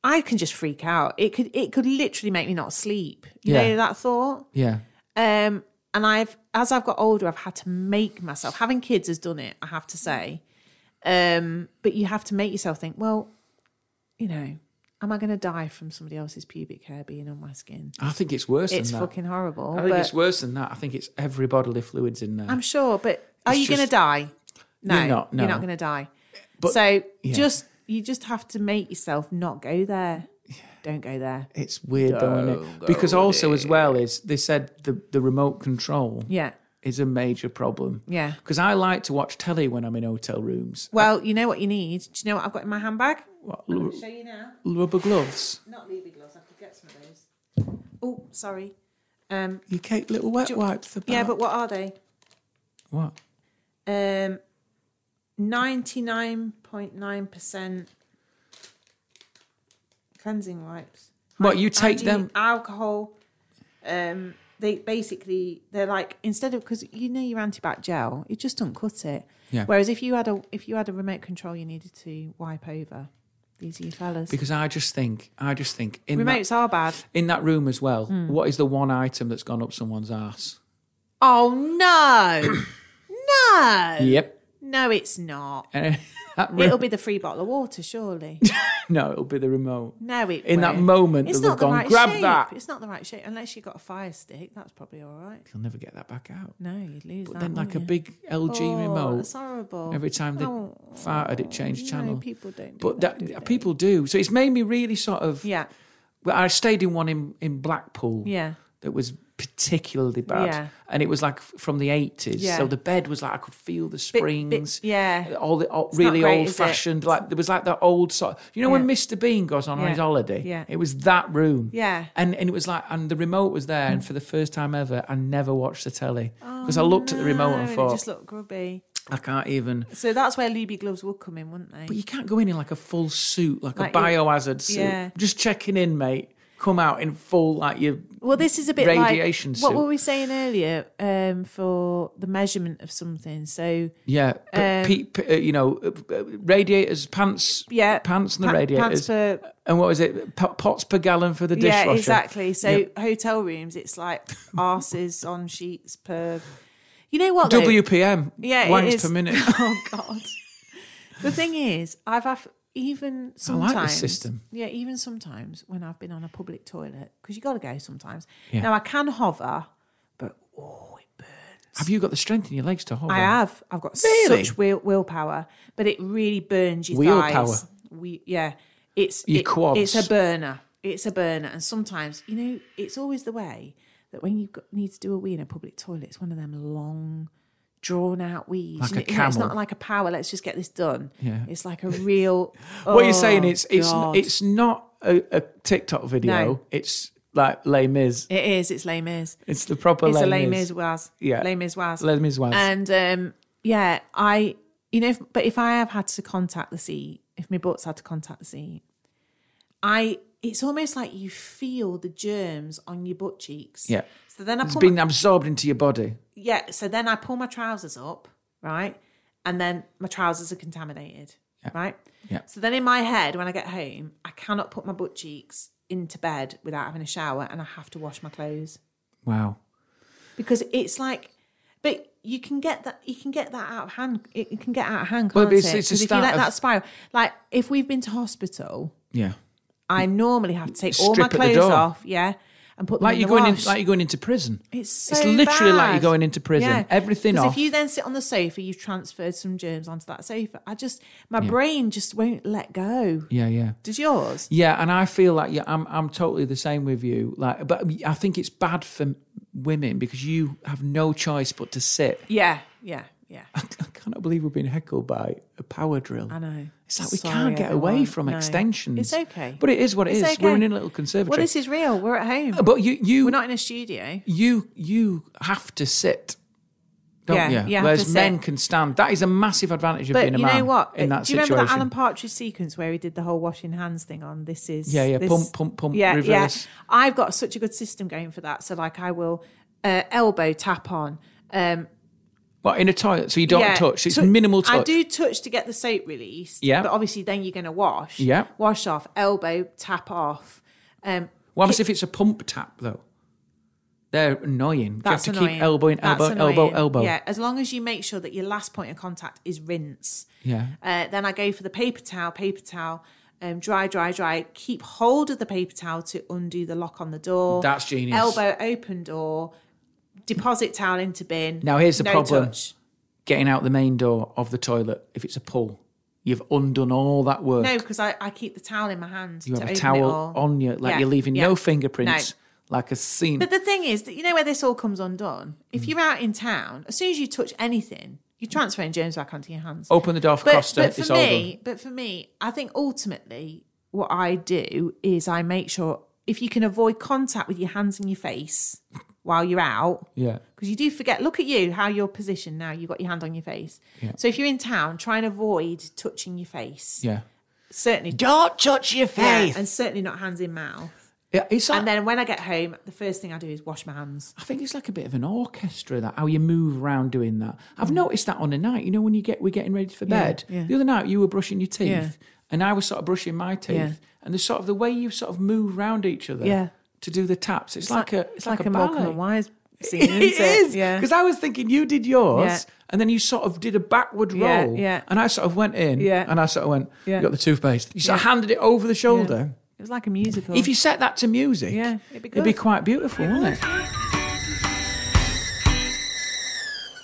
S1: I can just freak out. It could it could literally make me not sleep. You
S2: Yeah.
S1: know that thought?
S2: yeah.
S1: Um and I've as I've got older I've had to make myself having kids has done it, I have to say. Um but you have to make yourself think, well, you know, am I going to die from somebody else's pubic hair being on my skin?
S2: I think it's worse
S1: It's
S2: than that.
S1: fucking horrible.
S2: I think
S1: but
S2: it's worse than that. I think it's every bodily fluids in there.
S1: I'm sure, but are you going to
S2: just-
S1: die? No,
S2: You're not, no.
S1: going to die. so
S2: yeah.
S1: just you just have to make yourself not go there. Don't go there.
S2: It's weird though, isn't
S4: Don't
S2: it? Because
S4: go
S2: also as well is they said the, the remote control
S1: Yeah.
S2: is a major problem.
S1: Yeah.
S2: Because I like to watch telly when I'm in hotel rooms.
S1: Well, you know what you need. Do you know what I've got in my handbag?
S2: What, l-
S1: Show you now.
S2: rubber gloves.
S1: Not Levy gloves. I could get some of those. Oh, sorry. Um,
S2: You get little wet wipes. About.
S1: yeah, but what are they?
S2: what?
S1: Um, ninety-nine point nine percent cleansing wipes.
S2: What you take
S1: Hygiene,
S2: them?
S1: alcohol. Um, they basically they're like instead of because you know your antibac gel, it just don't cut it.
S2: Yeah.
S1: Whereas if you had a if you had a remote control, you needed to wipe over. These are your fellas.
S2: Because I just think, I just think in that,
S1: Remotes are
S2: [COUGHS]
S1: bad.
S2: in that room as well.
S1: Hmm.
S2: What is the one item that's gone up someone's arse?
S1: Oh no, [COUGHS] no,
S2: Yep. [LAUGHS]
S1: no, it's not.
S2: that room,
S1: It'll be the free bottle of water,
S2: [LAUGHS]
S1: surely.
S2: no, it'll be the remote.
S1: No, it
S2: In that
S1: won't.
S2: moment
S1: it's
S2: that
S1: not
S2: they've
S1: the
S2: gone,
S1: right
S2: "Grab
S1: shape.
S2: that."
S1: It's not the right shape unless you got a fire stick. That's probably all right.
S2: You'll never get that back out.
S1: No, you'd lose.
S2: But
S1: that,
S2: then, like a
S1: wouldn't you?
S2: big LG
S1: oh,
S2: remote,
S1: That's horrible.
S2: every time they
S1: Oh,
S2: farted, it changed
S1: no,
S2: channel.
S1: people don't. Do
S2: but
S1: that,
S2: that, uh,
S1: do they?
S2: people do. So it's made me really sort of.
S1: Yeah,
S2: Well, I stayed in one in, in Blackpool.
S1: yeah.
S2: That was particularly bad,
S1: Yeah.
S2: and it was like f- from the eighties.
S1: Yeah.
S2: So the bed was like I could feel the
S1: Bit- bit-
S2: springs.
S1: yeah.
S2: all the all,
S1: not
S2: really
S1: great, is
S2: old
S1: it?
S2: fashioned. Like there was like that old sort. You know when
S1: Yeah.
S2: Mr Bean goes on, on
S1: Yeah.
S2: his holiday.
S1: Yeah.
S2: it was that room.
S1: Yeah. Mm.
S2: and and it was like and the remote was there, and for the first time ever, I never watched the telly because I looked at the remote
S1: Oh, No,
S2: and
S1: it
S2: thought
S1: just looked grubby.
S2: I can't even.
S1: So that's where Luby gloves would come in, wouldn't they?
S2: But you can't go in in like a full suit, like,
S1: Like
S2: a
S1: you-
S2: biohazard suit.
S1: Yeah.
S2: Just checking in, mate. Come out in full like you.
S1: Well, this is a bit
S2: Radiation
S1: like
S2: suit.
S1: what were we saying earlier um, for the measurement of something? So
S2: Yeah, but
S1: Um,
S2: pe- pe- uh, you know, uh, uh, radiators, pants,
S1: yeah,
S2: pants, and the
S1: pa- Pants
S2: radiators,
S1: per,
S2: and what was it? P- pots per gallon for the dishwasher.
S1: yeah, exactly. So
S2: Yep.
S1: hotel rooms, it's like arses on sheets per. You know what? though?
S2: WPM.
S1: Yeah, it
S2: wangs
S1: is.
S2: per minute.
S1: [LAUGHS] Oh God. the thing is, I've have even
S2: like this
S1: sometimes
S2: system.
S1: Yeah, even sometimes when I've been on a public toilet because you got to go sometimes.
S2: Yeah.
S1: Now I can hover, but oh,
S2: Have you got the strength in your legs to hold?
S1: I
S2: on?
S1: have. I've got
S2: Really?
S1: such will, willpower, but it really burns your
S2: Willpower.
S1: thighs. We yeah. It's
S2: Your
S1: it-
S2: quads.
S1: It's a burner. It's a burner, and sometimes you know it's always the way that when you got, need to do a wee in a public toilet, it's one of them long, drawn out wees.
S2: Like
S1: you know,
S2: a
S1: you know, It's
S2: camel.
S1: not like a power. Let's just get this done.
S2: Yeah.
S1: It's like a real.
S2: [LAUGHS] What you're saying
S1: Oh,
S2: is it's
S1: God.
S2: it's not a, a TikTok video.
S1: No.
S2: It's like Les Mis.
S1: it is. It's lame is.
S2: It's the proper
S1: It's
S2: Les,
S1: a lame
S2: Mis.
S1: is was.
S2: Yeah.
S1: Lame is was.
S2: Les Mis was.
S1: And um, yeah, I, you know, if, but if I have had to contact the sea, if my butt's had to contact the sea, I, it's almost like you feel the germs on your butt cheeks.
S2: Yeah.
S1: So then I
S2: it's
S1: pull
S2: been
S1: my,
S2: absorbed into your body.
S1: yeah. So then I pull my trousers up, right, and then my trousers are contaminated, right.
S2: Yeah.
S1: So then in my head, when I get home, I cannot put my butt cheeks into bed without having a shower, and I have to wash my clothes
S2: Wow.
S1: because it's like, but you can get that you can get that out of hand. It it can get out of hand. Can't
S2: Well, it's-
S1: it?
S2: it's a
S1: 'Cause if you
S2: start
S1: let
S2: of-
S1: that spiral, like if we've been to hospital,
S2: Yeah.
S1: I normally have to take all my
S2: Mm. Strip at the
S1: clothes
S2: door.
S1: off, yeah, and put them
S2: Like
S1: in
S2: you're
S1: the
S2: going in,
S1: wash.
S2: like you're going into prison.
S1: it's so
S2: it's literally like you're
S1: bad.
S2: going into prison.
S1: Yeah.
S2: Everything
S1: 'Cause
S2: off.
S1: If you then sit on the sofa, you've transferred some germs onto that sofa. I just my brain just won't let go.
S2: yeah, yeah.
S1: Does yours?
S2: Yeah, and I feel like yeah, I'm I'm totally the same with you. Like, but I think it's bad for women because you have no choice but to sit. [LAUGHS]
S1: Yeah, yeah, yeah.
S2: I cannot believe we're being heckled by a power drill.
S1: I know.
S2: It's like we
S1: Sorry,
S2: can't get away
S1: everyone.
S2: from
S1: No.
S2: extensions.
S1: It's okay.
S2: But it is what it
S1: It's
S2: is. We're
S1: okay.
S2: in a little conservatory.
S1: Well, this is real. We're at home.
S2: but you, you,
S1: We're not in a studio.
S2: you, you have to sit. Don't
S1: Yeah,
S2: you?
S1: you have
S2: Whereas
S1: to sit.
S2: men can stand. That is a massive advantage of
S1: But
S2: being a
S1: you
S2: man
S1: know what?
S2: in that
S1: Do you
S2: situation.
S1: remember that Alan Partridge sequence where he did the whole washing hands thing on this is
S2: Yeah, yeah,
S1: this-
S2: pump, pump, pump, reverse.
S1: I've got such a good system going for that. So like I will uh, elbow tap on. Um,
S2: What, in a toilet, so you don't
S1: yeah,
S2: touch. It's
S1: tou-
S2: minimal touch.
S1: I do touch to get the soap released.
S2: Yeah.
S1: but obviously then you're going to wash.
S2: Yeah.
S1: wash off, elbow tap off. Um,
S2: What happens if it's a pump tap though? They're annoying.
S1: that's
S2: you have to
S1: annoying.
S2: keep elbowing,
S1: That's
S2: elbow, elbow,
S1: annoying.
S2: elbow.
S1: Yeah, as long as you make sure that your last point of contact is rinse.
S2: yeah.
S1: Uh, then I go for the paper towel, paper towel, um, dry, dry, dry. Keep hold of the paper towel to undo the lock on the door.
S2: That's genius.
S1: Elbow open door, deposit towel into bin.
S2: Now here's the
S1: no
S2: problem.
S1: Touch.
S2: Getting out the main door of the toilet if it's a pull. You've undone all that work.
S1: No, because I, I keep the towel in my hand.
S2: you
S1: to
S2: have a
S1: open it
S2: towel
S1: all.
S2: on you, like
S1: Yeah,
S2: you're leaving
S1: yeah.
S2: no fingerprints,
S1: No.
S2: like a scene.
S1: But the thing is that you know where this all comes undone.
S2: Mm.
S1: If you're out in town, as soon as you touch anything, you're transferring germs back onto your hands.
S2: Open the door for
S1: but,
S2: Costa.
S1: but
S2: it's
S1: for
S2: all
S1: me,
S2: done.
S1: but for me, I think ultimately what I do is I make sure if you can avoid contact with your hands and your face while you're out,
S2: Yeah.
S1: because you do forget. Look at you, how you're positioned now. You've got your hand on your face. So if you're in town, try and avoid touching your face.
S2: Yeah.
S1: Certainly,
S2: Don't touch your
S1: yeah, and certainly not hands in mouth.
S2: Yeah, it's like,
S1: And then when I get home, the first thing I do is wash my hands.
S2: I think it's like a bit of an orchestra that how you move around doing that. I've noticed that on a night, you know, when you get we're getting ready for bed.
S1: Mm. yeah.
S2: The other night you were brushing your teeth,
S1: Yeah.
S2: and I was sort of brushing my teeth,
S1: Yeah.
S2: and the sort of the way you sort of move round each other,
S1: Yeah.
S2: to do the taps. It's, like, a, it's like, a,
S1: Malcolm
S2: ballet.
S1: and Wise scene,
S2: [LAUGHS] It
S1: isn't it?
S2: is
S1: Yeah.
S2: because I was thinking you did yours,
S1: Yeah.
S2: and then you sort of did a backward
S1: Yeah,
S2: roll,
S1: yeah.
S2: and I sort of went in,
S1: Yeah.
S2: and I sort of went,
S1: Yeah.
S2: you got the toothpaste. You sort of
S1: Yeah.
S2: handed it over the shoulder.
S1: It was like a musical.
S2: If you set that to music,
S1: Yeah, it'd be good.
S2: quite beautiful, wouldn't it?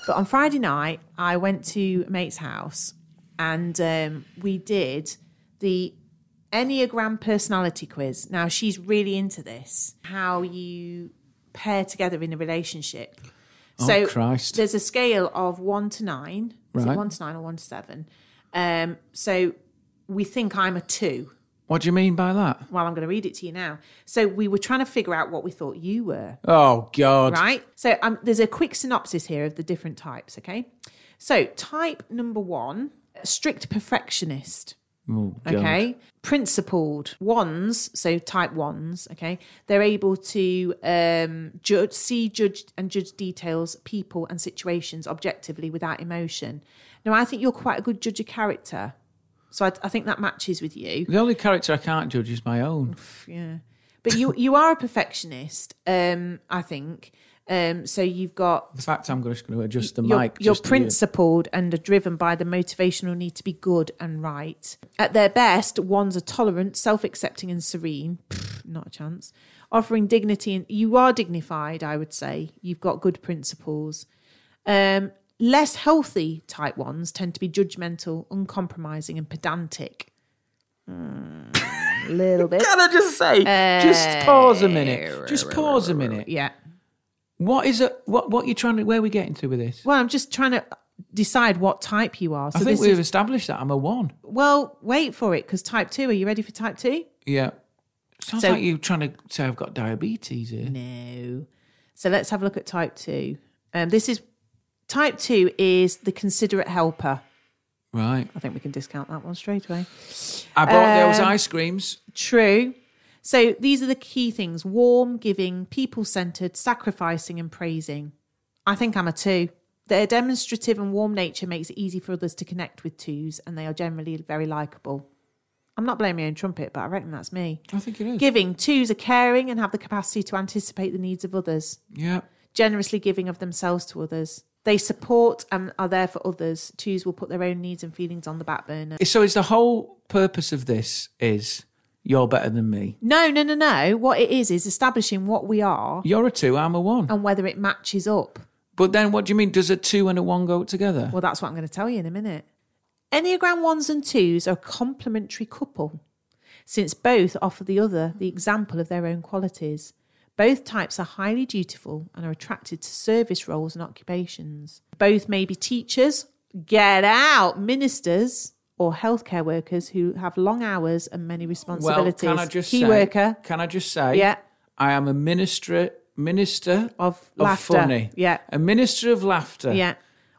S1: But on Friday night, I went to a mate's house and um, we did the Enneagram personality quiz. Now, she's really into this how you pair together in a relationship. so,
S2: Oh, Christ.
S1: there's a scale of one to nine. Is
S2: Right.
S1: it one to nine or one to seven? Um, so, we think I'm a two.
S2: What do you mean by that?
S1: Well, I'm going to read it to you now. So, we were trying to figure out what we thought you were
S2: Oh God!
S1: right? So um, there's a quick synopsis here of the different types, okay? So type number one, strict perfectionist,
S2: Oh, God.
S1: okay? Principled ones, so type ones, okay? They're able to um, judge, see, judge, and judge details, people, and situations objectively without emotion. Now, I think you're quite a good judge of character. So I, I think that matches with you.
S2: The only character I can't judge is my own.
S1: Yeah. But you you are a perfectionist, um, I think. Um, so you've got
S2: In fact, I'm just going to adjust the
S1: you're,
S2: mic.
S1: you're
S2: just to you.
S1: principled and are driven by the motivational need to be good and right. At their best, ones are tolerant, self accepting, and serene. Pfft, Not a chance. Offering dignity, and you are dignified, I would say. You've got good principles. Um, less healthy type ones tend to be judgmental, uncompromising, and pedantic. A little bit.
S2: Can I just say?
S1: Eh,
S2: just pause a minute. Just pause a minute.
S1: Yeah.
S2: What is it? What what you trying to? Where are we getting to with this?
S1: Well, I'm just trying to decide what type you are. So
S2: I think
S1: this
S2: we've
S1: is,
S2: established that I'm a one.
S1: well, wait for it because type two. Are you ready for type two?
S2: Yeah. Sounds
S1: So-
S2: like you're trying to say I've got diabetes here.
S1: No. So let's have a look at type two. Um, this is type two is the considerate helper.
S2: Right.
S1: I think we can discount that one straight away.
S2: I bought those
S1: Um,
S2: ice creams.
S1: True. So these are the key things warm, giving, people centered, sacrificing, and praising. I think I'm a two. Their demonstrative and warm nature makes it easy for others to connect with twos, and they are generally very likable. I'm not blowing my own trumpet, but I reckon that's me.
S2: I think it is.
S1: Giving. Twos are caring and have the capacity to anticipate the needs of others.
S2: yeah.
S1: generously giving of themselves to others. They support and are there for others. Twos will put their own needs and feelings on the back burner.
S2: So is the whole purpose of this is you're better than me.
S1: No, no, no, no. What it is is establishing what we are
S2: You're a two. I'm a one.
S1: and whether it matches up.
S2: But then what do you mean? Does a two and a one go together?
S1: Well, that's what I'm going to tell you in a minute. Enneagram ones and twos are a complementary couple, since both offer the other the example of their own qualities. Both types are highly dutiful and are attracted to service roles and occupations. Both may be teachers, get out, ministers, or healthcare workers who have long hours and many responsibilities.
S2: Well, can I just
S1: Key
S2: say,
S1: worker
S2: Can I just say?
S1: Yeah.
S2: I am a minister minister
S1: Of
S2: of
S1: laughter.
S2: funny.
S1: Yeah.
S2: A minister of laughter.
S1: Yeah.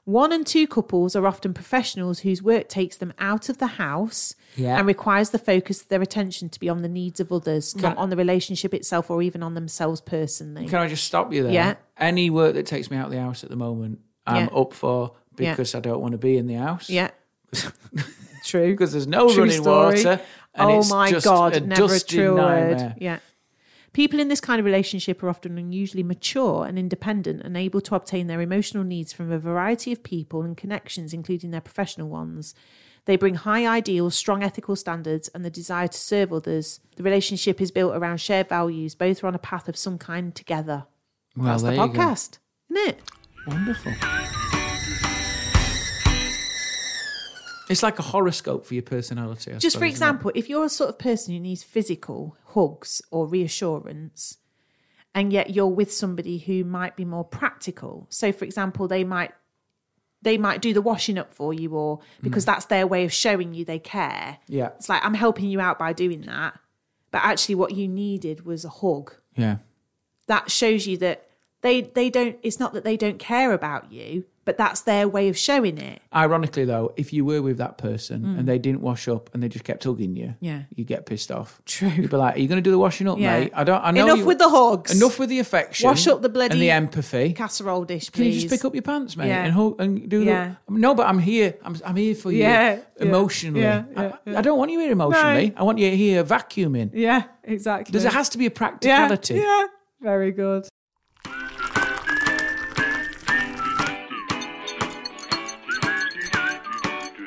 S1: One and two couples are often professionals whose work takes them out of the house
S2: Yeah.
S1: and requires the focus of their attention to be on the needs of others, not
S2: I-
S1: on the relationship itself or even on themselves personally.
S2: Can I just stop you there?
S1: Yeah.
S2: Any work that takes me out of the house at the moment, I'm
S1: Yeah.
S2: up for
S1: Yeah.
S2: because I don't want to be in the house.
S1: yeah. true.
S2: Because there's no
S1: True
S2: running
S1: story.
S2: water. And
S1: oh
S2: it's
S1: my
S2: just
S1: God,
S2: a
S1: never a
S2: dusty
S1: true
S2: nightmare.
S1: word. Yeah. People in this kind of relationship are often unusually mature and independent and able to obtain their emotional needs from a variety of people and connections, including their professional ones. They bring high ideals, strong ethical standards, and the desire to serve others. The relationship is built around shared values. Both are on a path of some kind together.
S2: Well,
S1: That's
S2: there
S1: the
S2: you go.
S1: podcast, isn't it?
S2: Wonderful. It's like a horoscope for your personality. I
S1: Just for
S2: suppose, isn't it?
S1: example, if you're a sort of person who needs physical hugs or reassurance, and yet you're with somebody who might be more practical. So, for example, they might they might do the washing up for you, or because that's their way of showing you they care.
S2: Mm. Yeah.
S1: it's like I'm helping you out by doing that, but actually, what you needed was a hug.
S2: Yeah.
S1: That shows you that they they don't. It's not that they don't care about you, but that's their way of showing it.
S2: Ironically, though, if you were with that person and they didn't wash up and they just kept hugging you,
S1: Hmm. Yeah.
S2: you get pissed off.
S1: True.
S2: You'd be like, "Are you going to do the washing up,
S1: Yeah.
S2: mate? I don't. I know
S1: Enough
S2: you-
S1: with the hugs.
S2: Enough with the affection.
S1: Wash up the bloody
S2: and the empathy.
S1: Casserole dish,
S2: Can
S1: please.
S2: you just pick up your pants, mate,
S1: Yeah.
S2: and hold, and do
S1: Yeah.
S2: the no? But I'm here. I'm I'm here for you
S1: Yeah, yeah,
S2: emotionally.
S1: yeah, yeah,
S2: I, I don't want you here emotionally. I want you here vacuuming.
S1: Yeah, exactly.
S2: There's, there has to be a practicality.
S1: yeah, very good.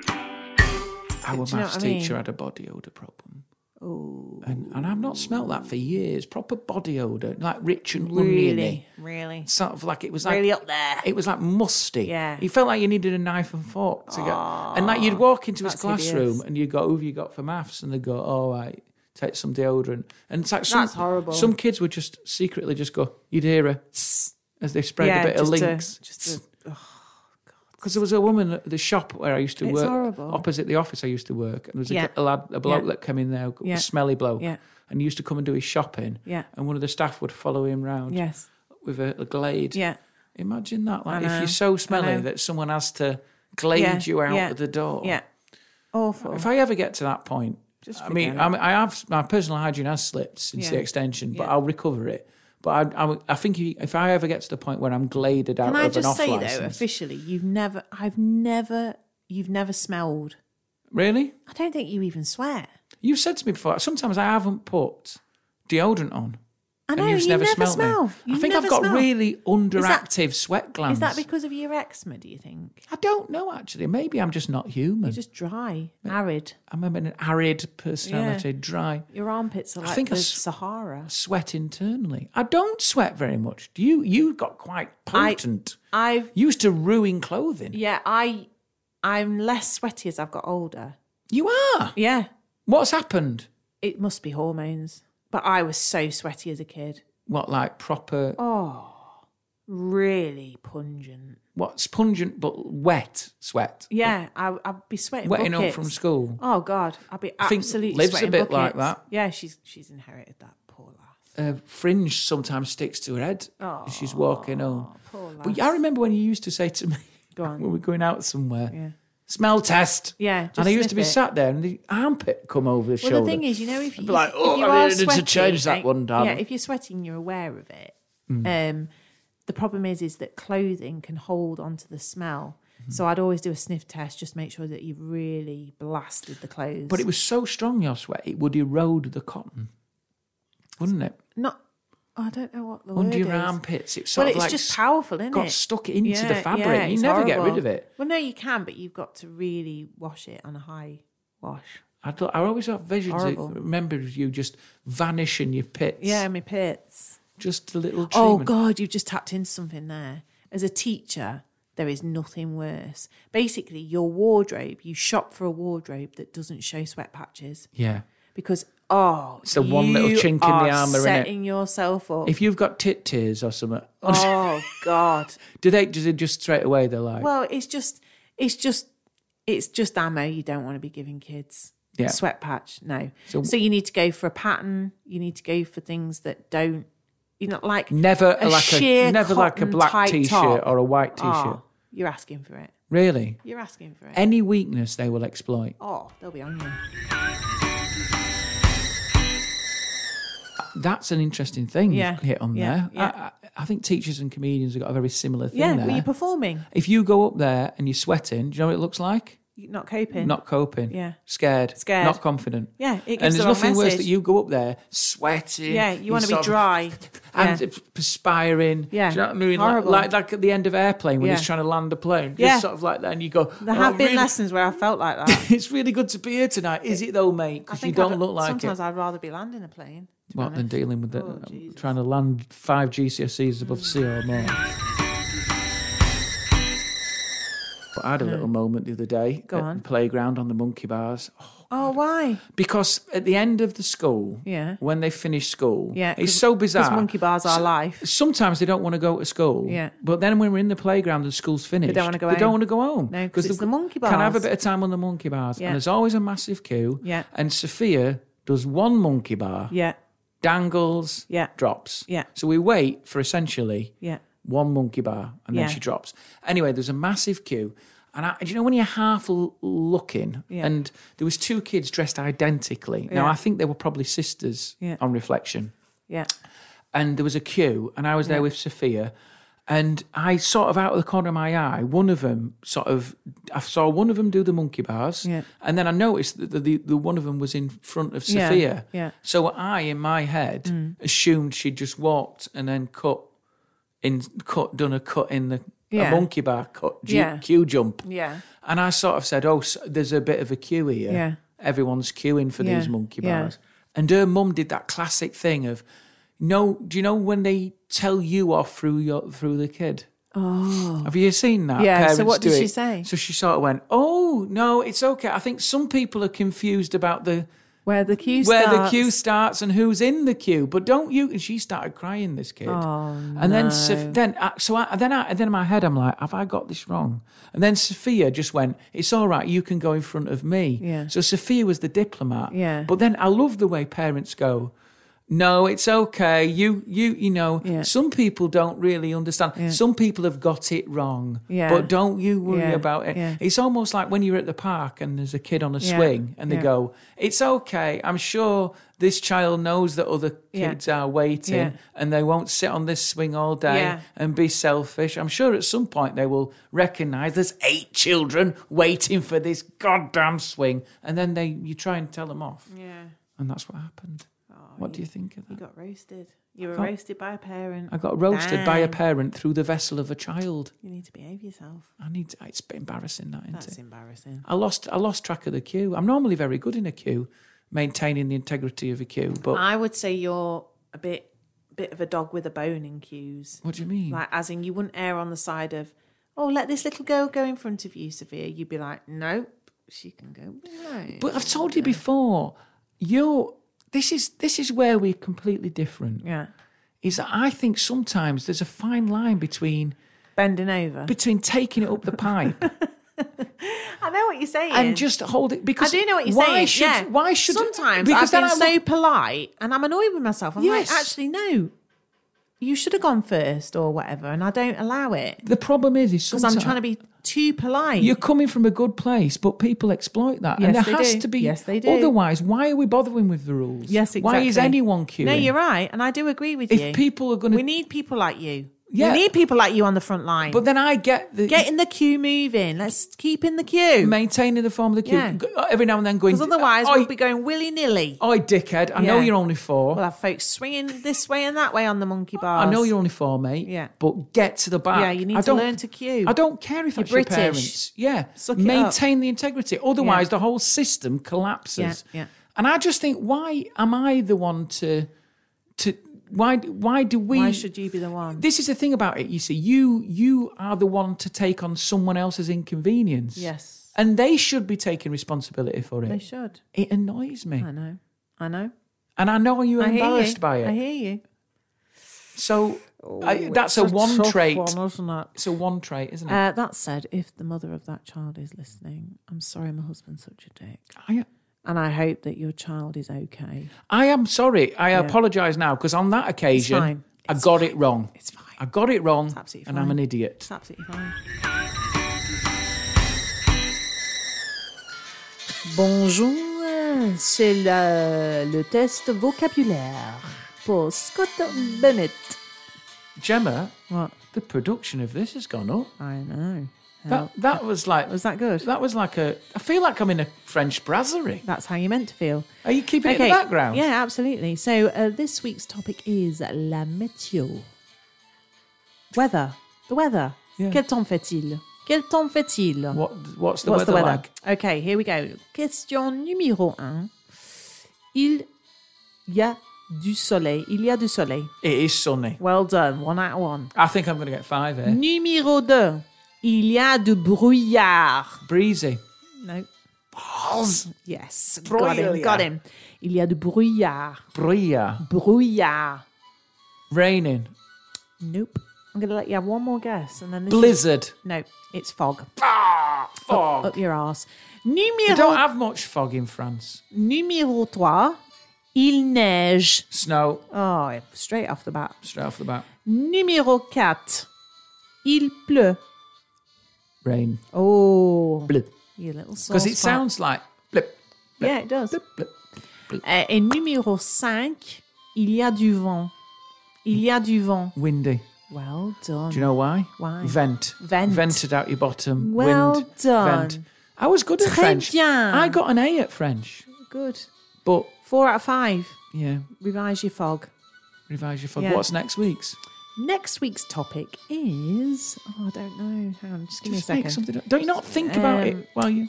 S2: Our maths
S1: you know what I
S2: teacher
S1: mean?
S2: had a body odor problem. Oh. And, and I've not smelt that for years. Proper body odor, like rich and oniony.
S1: Really, really,
S2: Sort of like it was like
S1: really up there.
S2: It was like musty.
S1: Yeah.
S2: You felt like you needed a knife and fork to get. And like you'd walk into his
S1: that's
S2: classroom
S1: hideous.
S2: and you go, who've you got for maths? And they go, all right, take some deodorant. And it's like some,
S1: That's horrible.
S2: Some kids would just secretly just go, you'd hear a tss as they spread a bit of
S1: just a-
S2: links.
S1: just oh, a-
S2: Because there was a woman at the shop where I used to
S1: It's
S2: work,
S1: horrible.
S2: opposite the office I used to work, and there was a,
S1: Yeah.
S2: g- a lad, a bloke
S1: Yeah.
S2: that came in there,
S1: Yeah.
S2: a smelly bloke,
S1: Yeah.
S2: and he used to come and do his shopping.
S1: Yeah.
S2: And one of the staff would follow him round
S1: yes,
S2: with a, a glade.
S1: yeah,
S2: Imagine that. Like
S1: I
S2: if
S1: know,
S2: you're so
S1: I
S2: smelly
S1: know.
S2: that someone has to glade
S1: yeah.
S2: you out
S1: yeah,
S2: of the door.
S1: Yeah, awful.
S2: If I ever get to that point,
S1: Just
S2: I mean,
S1: forget it.
S2: I, mean, I have my personal hygiene has slipped since
S1: Yeah.
S2: the extension, but
S1: Yeah.
S2: I'll recover it. But I, I, I think if, if I ever get to the point where I'm gladed out
S1: Can I
S2: of an
S1: just
S2: off
S1: say though,
S2: license,
S1: officially, you've never, I've never, you've never smelled.
S2: really,
S1: I don't think you even swear.
S2: You've said to me before, sometimes I haven't put deodorant on.
S1: I know
S2: and you've
S1: you
S2: never,
S1: never
S2: smelled
S1: smell.
S2: me.
S1: You
S2: I think I've
S1: never
S2: got
S1: smell.
S2: really
S1: that-
S2: underactive sweat glands.
S1: Is that because of your eczema? Do you think
S2: I don't know, actually. Maybe I'm just not human.
S1: you're just dry, arid?
S2: I'm an arid personality, dry.
S1: Your armpits are like
S2: think I
S1: the
S2: s-
S1: Sahara.
S2: Sweat internally. I don't sweat very much. Do you? You got quite potent.
S1: I've
S2: You used to ruin clothing.
S1: yeah, I, I'm less sweaty as I've got older.
S2: You are.
S1: Yeah,
S2: What's happened?
S1: it must be hormones. But I was so sweaty as a kid.
S2: What, like proper,
S1: Oh, Really pungent.
S2: what's pungent but wet sweat?
S1: Yeah, I, I'd be sweating.
S2: Wetting up
S1: buckets.
S2: from school.
S1: Oh God, I'd be
S2: think
S1: absolutely.
S2: Liv's a
S1: sweating
S2: bit like
S1: buckets.
S2: that.
S1: Yeah, she's she's inherited that poor lass.
S2: uh, fringe sometimes sticks to her head as she's walking home. But I remember when you used to say to me [LAUGHS]
S1: Go on.
S2: when we're going out somewhere, smell test.
S1: Yeah, just
S2: and I used
S1: sniff
S2: to be
S1: it.
S2: sat there and the armpit come over the
S1: Well,
S2: shoulder.
S1: the thing is, you know, if you
S2: like,
S1: if
S2: "Oh,
S1: you
S2: I
S1: are
S2: really need to
S1: sweating,
S2: change that
S1: eh,
S2: one, Mm. darling."
S1: Yeah, if you're sweating, you're aware of it. Um, the problem is, is that clothing can hold onto the smell.
S2: Mm-hmm.
S1: So I'd always do a sniff test, just make sure that you really blasted the clothes.
S2: but it was so strong your sweat, it would erode the cotton, wouldn't it?
S1: not. I don't know what the
S2: Under
S1: word
S2: your
S1: is.
S2: armpits, it's
S1: Well,
S2: sort of
S1: it's
S2: like
S1: just powerful, isn't
S2: got
S1: it?
S2: stuck into the fabric. you
S1: it's
S2: never get rid
S1: horrible.
S2: of it.
S1: Well, no, you can, but you've got to really wash it on a high wash.
S2: I thought I always have visions. Of,
S1: Horrible.
S2: remember of you just vanishing your pits.
S1: Yeah, my pits.
S2: just a little.
S1: Oh
S2: treatment.
S1: God, you've just tapped into something there. As a teacher, there is nothing worse. Basically, your wardrobe, you shop for a wardrobe that doesn't show sweat patches
S2: Yeah.
S1: because oh,
S2: It's the one little
S1: you
S2: chink in the
S1: are
S2: armour, innit?
S1: setting yourself up.
S2: If you've got tit tears or something,
S1: oh God.
S2: do they do they just straight away? They're like,
S1: Well, it's just, it's just, it's just ammo you don't want to be giving kids.
S2: Yeah.
S1: Sweat patch, no.
S2: So-
S1: So, you need to go for a pattern. You need to go for things that don't, you know, like
S2: never like
S1: sheer
S2: a never like a
S1: cotton
S2: black
S1: tight
S2: t shirt
S1: top.
S2: or a white t shirt.
S1: Oh, you're asking for it.
S2: Really,
S1: You're asking for it.
S2: any weakness they will exploit.
S1: oh, they'll be on you.
S2: That's an interesting thing
S1: Yeah,
S2: you've hit on
S1: yeah,
S2: there.
S1: yeah.
S2: I, I, I think teachers and comedians have got a very similar thing
S1: Yeah,
S2: there.
S1: well, you're performing,
S2: if you go up there and you're sweating, do you know what it looks like?
S1: you're not coping.
S2: Not coping.
S1: Yeah.
S2: Scared.
S1: Scared.
S2: Not confident.
S1: Yeah, it gives the
S2: and there's
S1: wrong
S2: nothing worse
S1: message.
S2: that you go up there sweating.
S1: yeah, you want to be
S2: sort of-
S1: dry.
S2: [LAUGHS] and
S1: yeah.
S2: perspiring.
S1: Yeah.
S2: Do you know what I mean? Like,
S1: Horrible.
S2: like, like at the end of airplane when
S1: Yeah.
S2: he's trying to land a plane, just
S1: Yeah.
S2: sort of like that, and you go.
S1: There have
S2: "Oh,
S1: been
S2: really-
S1: lessons where I felt like
S2: [LAUGHS]
S1: that.
S2: It's really good to be here tonight, is it though, mate? Because you
S1: think
S2: don't
S1: I'd-
S2: look like
S1: sometimes
S2: it.
S1: I'd rather be landing a plane. to be
S2: What than
S1: honest.
S2: dealing with it,
S1: Oh, Jesus.
S2: trying to land five GCSEs above sea or more. But I had a little moment the other day
S1: Go
S2: at
S1: on.
S2: the playground on the monkey bars. Oh,
S1: Oh, why?
S2: because at the end of the school,
S1: Yeah.
S2: when they finish school,
S1: Yeah,
S2: it's
S1: 'cause-
S2: so
S1: 'cause
S2: bizarre.
S1: monkey bars are
S2: So-
S1: life.
S2: Sometimes they don't want to go to school.
S1: Yeah.
S2: But then when we're in the playground, and the school's finished.
S1: wanna go
S2: They
S1: home.
S2: don't want to go home.
S1: No, 'cause
S2: because
S1: it's the monkey
S2: Can I have a
S1: bars.
S2: bit of time on the monkey bars.
S1: Yeah.
S2: And there's always a massive queue.
S1: Yeah.
S2: And Sophia does one monkey bar,
S1: Yeah,
S2: dangles,
S1: Yeah.
S2: drops.
S1: Yeah.
S2: So we wait for essentially
S1: yeah.
S2: one monkey bar, and
S1: Yeah.
S2: then she drops. Anyway, there's a massive queue. And I, do you know when you're half l- looking,
S1: Yeah.
S2: and there was two kids dressed identically. Now
S1: Yeah.
S2: I think they were probably sisters
S1: Yeah.
S2: on reflection,
S1: Yeah.
S2: and there was a queue, and I was there with Sophia, and I sort of out of the corner of my eye, one of them sort of, I saw one of them do the monkey bars,
S1: Yeah.
S2: and then I noticed that the, the, the one of them was in front of
S1: Yeah,
S2: Sophia,
S1: yeah. Mm.
S2: So I, in my head, assumed she just walked and then cut in cut done a cut in the
S1: Yeah.
S2: a monkey bar cut ju-
S1: Yeah.
S2: queue jump.
S1: Yeah.
S2: And I sort of said, "Oh, so there's a bit of a queue here.
S1: Yeah.
S2: Everyone's queuing for
S1: Yeah,
S2: these monkey
S1: yeah.
S2: bars." And her mum did that classic thing of, "No, do you know when they tell you off through your through the kid?" Oh, have you seen that?
S1: Yeah, so
S2: Parents
S1: what
S2: do
S1: did she
S2: it.
S1: say?
S2: So she sort of went, "Oh no, it's okay. I think some people are confused about the."
S1: Where the queue
S2: where the
S1: starts.
S2: queue starts and who's in the queue. But don't you? And she started crying. This kid. Oh, and then Sof- then I, so I, then I, then in my head I'm like, have I got this wrong? And then Sophia just went, it's all right. You can go in front of me.
S1: Yeah.
S2: So Sophia was the diplomat.
S1: Yeah.
S2: But then I love the way parents go. No, it's okay. You, you, you know.
S1: Yeah.
S2: Some people don't really understand. Some people have got it wrong.
S1: Yeah.
S2: But don't you worry
S1: Yeah.
S2: about it.
S1: Yeah.
S2: It's almost like when you're at the park and there's a kid on a
S1: Yeah.
S2: swing and they
S1: Yeah.
S2: go, go, it's okay. I'm sure this child knows that other
S1: Yeah.
S2: kids are waiting
S1: Yeah.
S2: and they won't sit on this swing all day
S1: Yeah.
S2: and be selfish. I'm sure at some point they will recognize there's eight children waiting for this goddamn swing. And then they you try and tell them off.
S1: Yeah.
S2: And that's what happened. what do you think of
S1: You
S2: that?
S1: Oh, got roasted. You were
S2: got-
S1: roasted by a parent.
S2: I got roasted by a
S1: Dang.
S2: parent through the vessel of a child.
S1: You need to behave yourself.
S2: I need to, it's a bit embarrassing that, isn't it?
S1: That's embarrassing.
S2: I lost I lost track of the queue. I'm normally very good in a queue, maintaining the integrity of a queue. But
S1: I would say you're a bit bit of a dog with a bone in queues.
S2: what do you mean?
S1: Like as in you wouldn't err on the side of, oh, let this little girl go in front of you, Sophia. You'd be like, nope, she can go behind.
S2: But I've told you before, you're this is this is where we're completely different.
S1: yeah.
S2: Is that I think sometimes there's a fine line between
S1: Bending over.
S2: between taking it up
S1: [LAUGHS]
S2: the pipe
S1: I know what you're saying.
S2: and just hold it
S1: I
S2: because
S1: do know what you're
S2: why
S1: saying.
S2: Should,
S1: yeah.
S2: Why should
S1: sometimes
S2: because
S1: I've been
S2: then
S1: so
S2: I look-
S1: polite and I'm annoyed with myself. I'm
S2: Yes.
S1: like, actually, no, you should have gone first or whatever, and I don't allow it
S2: the problem is is
S1: because
S2: sometimes
S1: I'm trying to be too polite.
S2: You're coming from a good place, but people exploit that, and
S1: Yes,
S2: there
S1: they
S2: has
S1: do.
S2: to be.
S1: Yes, they do.
S2: Otherwise, why are we bothering with the rules?
S1: Yes, exactly.
S2: Why is anyone queuing?
S1: No, you're right, and I do agree with
S2: If
S1: you.
S2: people are going
S1: we
S2: to,
S1: need people like you.
S2: Yeah.
S1: We need people like you on the front line.
S2: but then I get the
S1: get in the queue moving. Let's keep in the queue.
S2: maintaining the form of the queue
S1: Yeah.
S2: g- every now and then going.
S1: Because otherwise,
S2: "Oi,
S1: we'll be going willy nilly.
S2: Oh, dickhead. I know
S1: Yeah.
S2: you're only 4
S1: We'll have folks swinging this way and that way on the monkey bars.
S2: I know you're only four, mate.
S1: Yeah.
S2: But get to the back.
S1: Yeah, you need
S2: I
S1: to
S2: don't-
S1: learn to queue.
S2: I don't care if that's
S1: British.
S2: your parents. Yeah.
S1: Suck it
S2: Maintain the integrity. Otherwise,
S1: Yeah.
S2: the whole system collapses.
S1: Yeah, yeah.
S2: And I just think, why am I the one to, to why why do we?
S1: Why should you be the one?
S2: This is the thing about it. You see, you you are the one to take on someone else's inconvenience.
S1: Yes.
S2: And they should be taking responsibility for
S1: They
S2: it.
S1: should.
S2: It annoys me,
S1: I know. I know.
S2: and I know you're
S1: I hear you.
S2: embarrassed by it.
S1: I hear you.
S2: So I, that's a
S1: It's
S2: one
S1: tough
S2: trait.
S1: one, isn't it?
S2: It's a one trait, isn't it?
S1: Uh, that said, if the mother of that child is listening, I'm sorry my husband's such a dick.
S2: I,
S1: And I hope that your child is okay.
S2: I am sorry. I apologise now because on that
S1: fine.
S2: occasion, I
S1: It's
S2: got it wrong.
S1: It's fine.
S2: I got it wrong,
S1: absolutely
S2: and I'm
S1: fine.
S2: an idiot.
S1: It's absolutely fine. Bonjour, c'est le, le test vocabulaire pour Scott Bennett.
S2: Gemma,
S1: What?
S2: the production of this has gone up.
S1: I know.
S2: That that was like
S1: Was Oh, that good?
S2: that was like a. I feel like I'm in a French brasserie.
S1: That's how you meant to feel.
S2: Are you keeping it in the background?
S1: Yeah, absolutely. So uh, this week's topic is la météo. Weather. The weather.
S2: Yeah.
S1: Quel temps fait-il? Quel temps fait-il?
S2: What what's the
S1: What's
S2: weather
S1: the weather?
S2: like?
S1: Okay, here we go. Question numéro un. Il y a du soleil. Il y a du soleil.
S2: It is sunny.
S1: Well done. One out of one. Mm.
S2: I think I'm going to get five here.
S1: Numéro 2. Il y a du brouillard.
S2: Breezy.
S1: No.
S2: Balls.
S1: Yes. Got him.
S2: Brouillard.
S1: Got him. Il y a du brouillard.
S2: Bria.
S1: Brouillard.
S2: Raining.
S1: Nope. I'm going to let you have one more guess, and then this is-
S2: Blizzard.
S1: no, it's fog.
S2: Ah, fog.
S1: Up your arse.
S2: They [LAUGHS] don't
S1: Numéro
S2: have much fog in France.
S1: numéro trois. Il neige.
S2: Snow.
S1: Oh, straight off the bat.
S2: Straight off the bat.
S1: Numéro 4. Il pleut.
S2: Rain.
S1: Oh,
S2: Blip.
S1: you little
S2: Because
S1: saucepan.
S2: it sounds like blip,
S1: Yeah, it does.
S2: blip, blip.
S1: Euh, et numéro 5, il y a du vent. Il y a du vent.
S2: Windy.
S1: Well done.
S2: Do you know why?
S1: Why?
S2: Vent.
S1: Vent.
S2: Vented out your bottom.
S1: Well
S2: Wind.
S1: done.
S2: Vent. I was good at
S1: Très
S2: French.
S1: bien.
S2: I got an A at French.
S1: Good.
S2: But
S1: Four out of five.
S2: yeah,
S1: Revise your fog.
S2: revise your fog.
S1: Yeah.
S2: What's next week's?
S1: Next week's topic is. Oh, I don't know. Hang on, just give
S2: Just
S1: me a
S2: make
S1: second.
S2: something up. Don't you not think about
S1: Um,
S2: it while you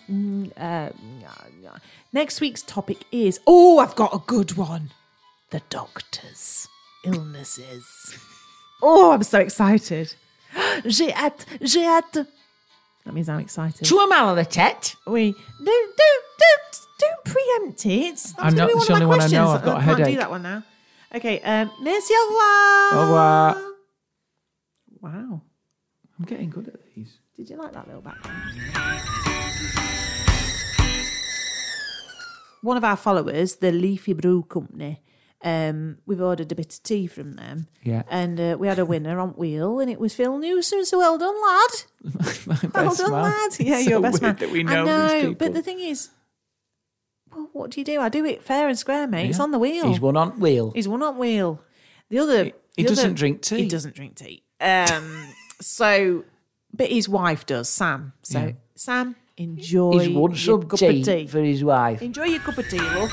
S1: Uh, yeah, yeah. Next week's topic is. Oh, I've got a good one. The doctors'
S2: [LAUGHS]
S1: illnesses. oh, I'm so
S2: [GASPS]
S1: excited. j'ai hâte. J'ai hâte. That means I'm excited.
S2: a mal the tet.
S1: We don't don't don't don't preempt it. That's gonna
S2: I'm not-
S1: be one
S2: it's
S1: of
S2: the
S1: my
S2: only one I
S1: questions.
S2: know. I've got a
S1: can't do
S2: headache.
S1: that one now. Okay, um, merci, au revoir.
S2: Au revoir.
S1: Wow,
S2: I'm getting good at these.
S1: did you like that little background? One of our followers, the Leafy Brew Company, um, we've ordered a bit of tea from them.
S2: Yeah.
S1: and uh, we had a winner on wheel, and it was Phil Newson. So well done, lad.
S2: My best
S1: Well done,
S2: man.
S1: lad. Yeah,
S2: so
S1: you're a best
S2: weird
S1: man.
S2: That we
S1: I
S2: know,
S1: know,
S2: these people.
S1: but the thing is, well, what do you do? I do it fair and square, mate. It's
S2: Yeah.
S1: on the wheel.
S2: He's one on wheel.
S1: He's one on wheel. The other, he,
S2: he doesn't drink tea.
S1: He doesn't drink tea. Um, so, but his wife does, Sam. So,
S2: Yeah.
S1: Sam, enjoy your cup of tea.
S2: his wife.
S1: enjoy your cup of tea, love.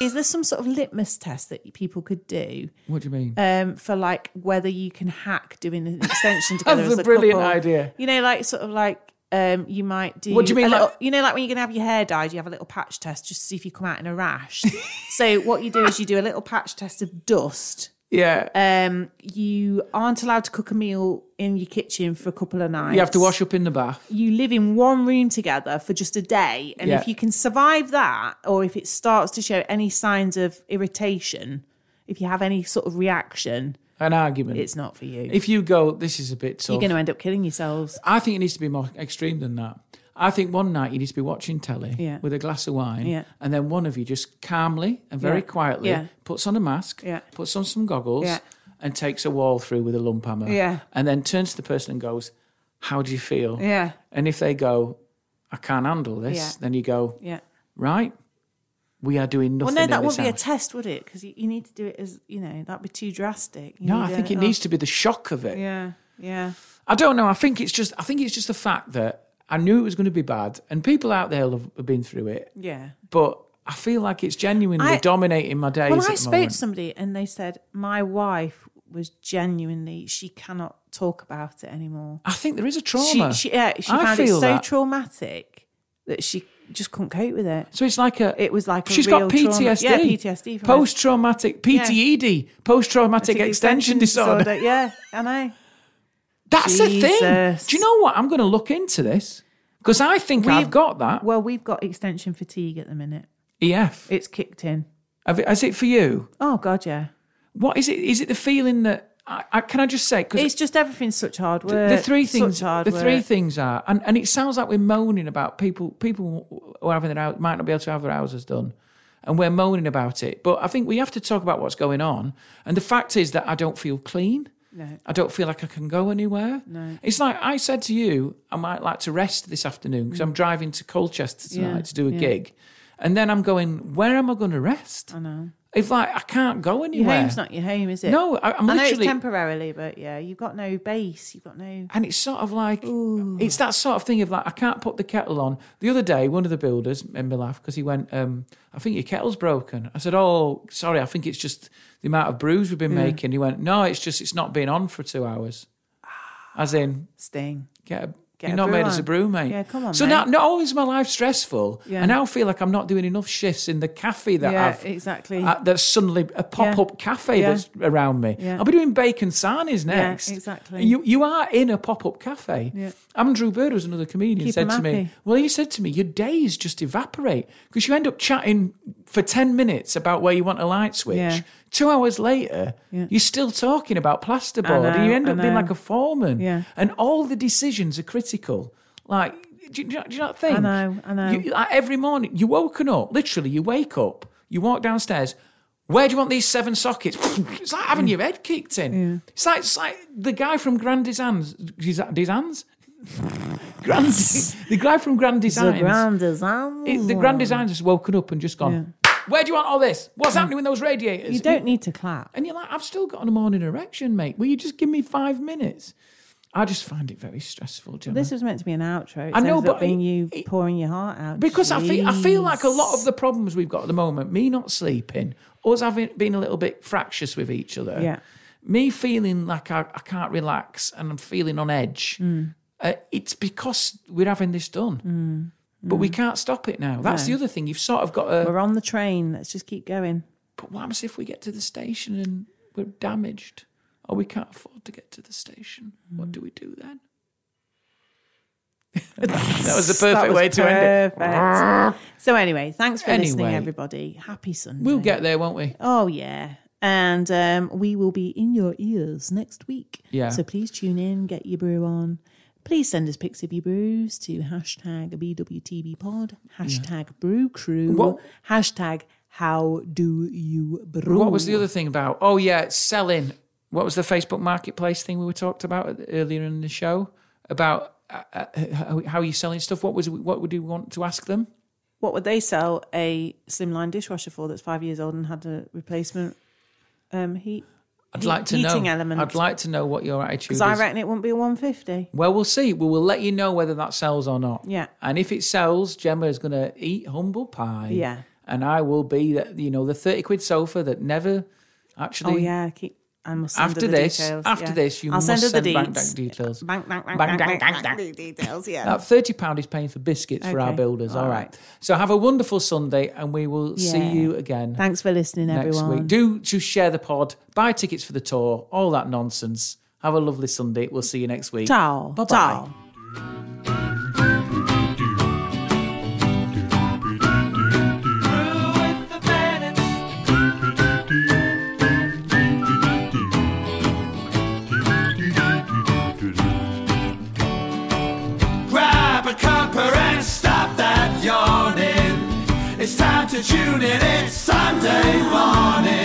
S1: Is there some sort of litmus test that people could do?
S2: What do you mean?
S1: um, for like whether you can hack doing
S2: [LAUGHS]
S1: an extension together.
S2: That's
S1: as
S2: a brilliant
S1: couple.
S2: idea.
S1: You know, like sort of like um, you might do.
S2: What do you mean,
S1: a
S2: like-
S1: little- you know, like when you're gonna have your hair dyed, you have a little patch test just to see if you come out in a rash.
S2: [LAUGHS]
S1: so what you do is you do a little patch test of dust.
S2: yeah.
S1: Um, you aren't allowed to cook a meal in your kitchen for a couple of nights.
S2: you have to wash up in the bath.
S1: You live in one room together for just a day, and if
S2: Yeah.
S1: you can survive that, or if it starts to show any signs of irritation, if you have any sort of reaction,
S2: An argument.
S1: it's not for you.
S2: if you go, this is a bit tough.
S1: You're going to end up killing yourselves.
S2: I think it needs to be more extreme than that. I think one night you need to be watching telly
S1: Yeah.
S2: with a glass of wine,
S1: Yeah.
S2: and then one of you just calmly and very
S1: Yeah.
S2: quietly
S1: Yeah.
S2: puts on a mask,
S1: Yeah.
S2: puts on some goggles,
S1: Yeah.
S2: and takes a wall through with a lump hammer,
S1: Yeah.
S2: and then turns to the person and goes, "How do you feel?"
S1: Yeah.
S2: And if they go, "I can't handle this,"
S1: Yeah.
S2: then you go,
S1: Yeah.
S2: "Right, we are doing
S1: Well,
S2: nothing."
S1: no,
S2: in
S1: that
S2: this
S1: wouldn't be a
S2: house."
S1: test, would it? Because you, you need to do it as, you know, that'd be too drastic. You
S2: no,
S1: need
S2: I
S1: a-
S2: think it
S1: oh,
S2: needs to be the shock of it.
S1: Yeah. Yeah.
S2: I don't know. I think it's just. I think it's just the fact that I knew it was going to be bad, and people out there have have been through it.
S1: Yeah.
S2: but I feel like it's genuinely
S1: I-
S2: dominating my days.
S1: Well,
S2: at
S1: I
S2: the
S1: spoke
S2: moment.
S1: to somebody and they said, my wife was genuinely, she cannot talk about it anymore.
S2: I think there is a
S1: She,
S2: trauma.
S1: she, yeah, she
S2: I
S1: found it
S2: feel
S1: so
S2: that.
S1: traumatic that she just couldn't cope with it.
S2: so it's like a.
S1: It was like a
S2: she's
S1: real
S2: got
S1: trauma.
S2: PTSD.
S1: Yeah, PTSD from it.
S2: Post traumatic PTED. Post traumatic
S1: Particular
S2: E extension disorder.
S1: Yeah, I know.
S2: That's a thing.
S1: Jesus.
S2: Do you know what? I'm going to look into this because I think I've
S1: We've-
S2: got that
S1: Well, we've got extension fatigue at the minute.
S2: EF.
S1: It's kicked in.
S2: Have it- Is it for you?
S1: Oh, God, yeah.
S2: What is it? Is it the feeling that? I, I, can I just say? Because
S1: It's just everything's such hard work.
S2: the three things
S1: Such hard
S2: the three
S1: work.
S2: things are and, and it sounds like we're moaning about people people who are having their house might not be able to have their houses done and we're moaning about it but i think we have to talk about what's going on and the fact is that i don't feel clean I don't feel like I can go anywhere. No. It's like I said to you, I might like to rest this afternoon because I'm driving to Colchester tonight
S1: Mm. Yeah,
S2: to do a
S1: yeah.
S2: gig, and then I'm going. Where am I going to rest? I know. If like I can't go
S1: Your
S2: anywhere,
S1: home's not your home, is it?
S2: No, I- I'm
S1: I know it's
S2: literally-
S1: temporarily, but yeah, you've got no base. You've got no.
S2: And it's sort of like it's that sort of thing of like I can't put the kettle on. The other day, one of the builders made me laugh because he went, um, "I think your kettle's broken." I said, "Oh, sorry, I think it's just the amount of brews we've been making." He went, "No, it's just it's not been on for two hours." As in,
S1: Sting.
S2: get a
S1: Ah. Get
S2: You're
S1: a
S2: not
S1: brew
S2: made as a
S1: on.
S2: brew, mate.
S1: Yeah, come on,
S2: So
S1: mate.
S2: now, not only is my life stressful,
S1: Yeah.
S2: I now feel like I'm not doing enough shifts in the cafe that
S1: Yeah,
S2: I've
S1: exactly.
S2: uh, that's suddenly a pop up cafe
S1: Yeah.
S2: that's around me.
S1: Yeah.
S2: I'll be doing bacon sarnies next.
S1: exactly.
S2: You you are in a pop up cafe.
S1: Yeah.
S2: Andrew Bird was another comedian
S1: Keep
S2: said
S1: 'em
S2: to me,
S1: happy.
S2: well, he said to me, your days just evaporate because you end up chatting for ten minutes about where you want a light switch.
S1: Yeah.
S2: Two hours later,
S1: Yeah.
S2: you're still talking about plasterboard, and
S1: know,
S2: you end
S1: I
S2: up being
S1: know.
S2: like a foreman.
S1: Yeah.
S2: And all the decisions are critical. Like, do you, do you not- do you not think?
S1: know, I know.
S2: You- like, every morning, you woken up, literally, you wake up, you walk downstairs. Where do you want these seven sockets? [LAUGHS] It's like
S1: Mm.
S2: having your head kicked in. It's like it's like the guy from Grand Designs. Designs? [LAUGHS] Grand, the guy from Grand
S1: The
S2: Designs.
S1: grand design.
S2: It- the Grand Designs has woken up and just gone, Where do you want all this? What's happening with those radiators?
S1: You don't need to clap.
S2: And you're like, I've still got a morning erection, mate. Will you just give me five minutes? I just find it very stressful, Gemma.
S1: This was meant to be an outro. It's
S2: I know,
S1: ended up
S2: but
S1: being
S2: it-
S1: you
S2: it-
S1: pouring your heart out.
S2: because I feel I feel like a lot
S1: Jeez.
S2: of the problems we've got at the moment, me not sleeping, us having been a little bit fractious with each other,
S1: Yeah.
S2: me feeling like I, I can't relax and I'm feeling on edge.
S1: Mm.
S2: Uh, it's because we're having this done. But
S1: Mm.
S2: we can't stop it now. That's the other thing. You've sort of got to.
S1: We're on the train. Let's just keep going.
S2: But what happens if we get to the station and we're damaged or we can't afford to get to the station? What do we do then? [LAUGHS] that was the perfect
S1: That was
S2: way to end it.
S1: perfect. So anyway, thanks for listening,
S2: Anyway.
S1: everybody. Happy Sunday.
S2: We'll get there, won't we?
S1: Oh yeah. And um, we will be in your ears next week.
S2: Yeah.
S1: So please tune in, get your brew on. Please send us pics of your brews to hashtag BWTBpod, hashtag brew crew,
S2: What-
S1: hashtag how do you brew.
S2: What was the other thing about? Oh yeah, selling. What was the Facebook Marketplace thing we were talked about earlier in the show about uh, uh, how- how you're selling stuff? What was what would you want to ask them?
S1: What would they sell a slimline dishwasher for that's five years old and had a replacement um, heat?
S2: I'd
S1: heat-
S2: like to
S1: heating
S2: know.
S1: element.
S2: I'd like to know what your attitude is.
S1: Because I reckon it wouldn't be a 150.
S2: Well, we'll see. We will let you know whether that sells or not.
S1: Yeah.
S2: And if it sells, Gemma is going to eat humble pie.
S1: Yeah.
S2: And I will be, that you know, the thirty quid sofa that never actually.
S1: Oh yeah, keep. I must send her
S2: After
S1: the
S2: this-
S1: details.
S2: after
S1: yeah.
S2: this, you
S1: I'll send, her
S2: must
S1: the
S2: send bank
S1: deets.
S2: bank details.
S1: Bank bank bank bank
S2: Bank, bank,
S1: bank,
S2: bank,
S1: bank, details. Yeah.
S2: That thirty pound is paying for biscuits for our
S1: Okay.
S2: builders. All
S1: All
S2: right.
S1: right.
S2: So have a wonderful Sunday, and we will see
S1: Yeah.
S2: you again
S1: Thanks for listening,
S2: next
S1: everyone.
S2: week. Do to share the pod, buy tickets for the tour, all that nonsense. Have a lovely Sunday. We'll see you next week.
S1: Ciao.
S2: Bye-bye.
S1: Ciao.
S3: Grab a cuppa and stop that yawning. It's time to tune in, it's Sunday morning.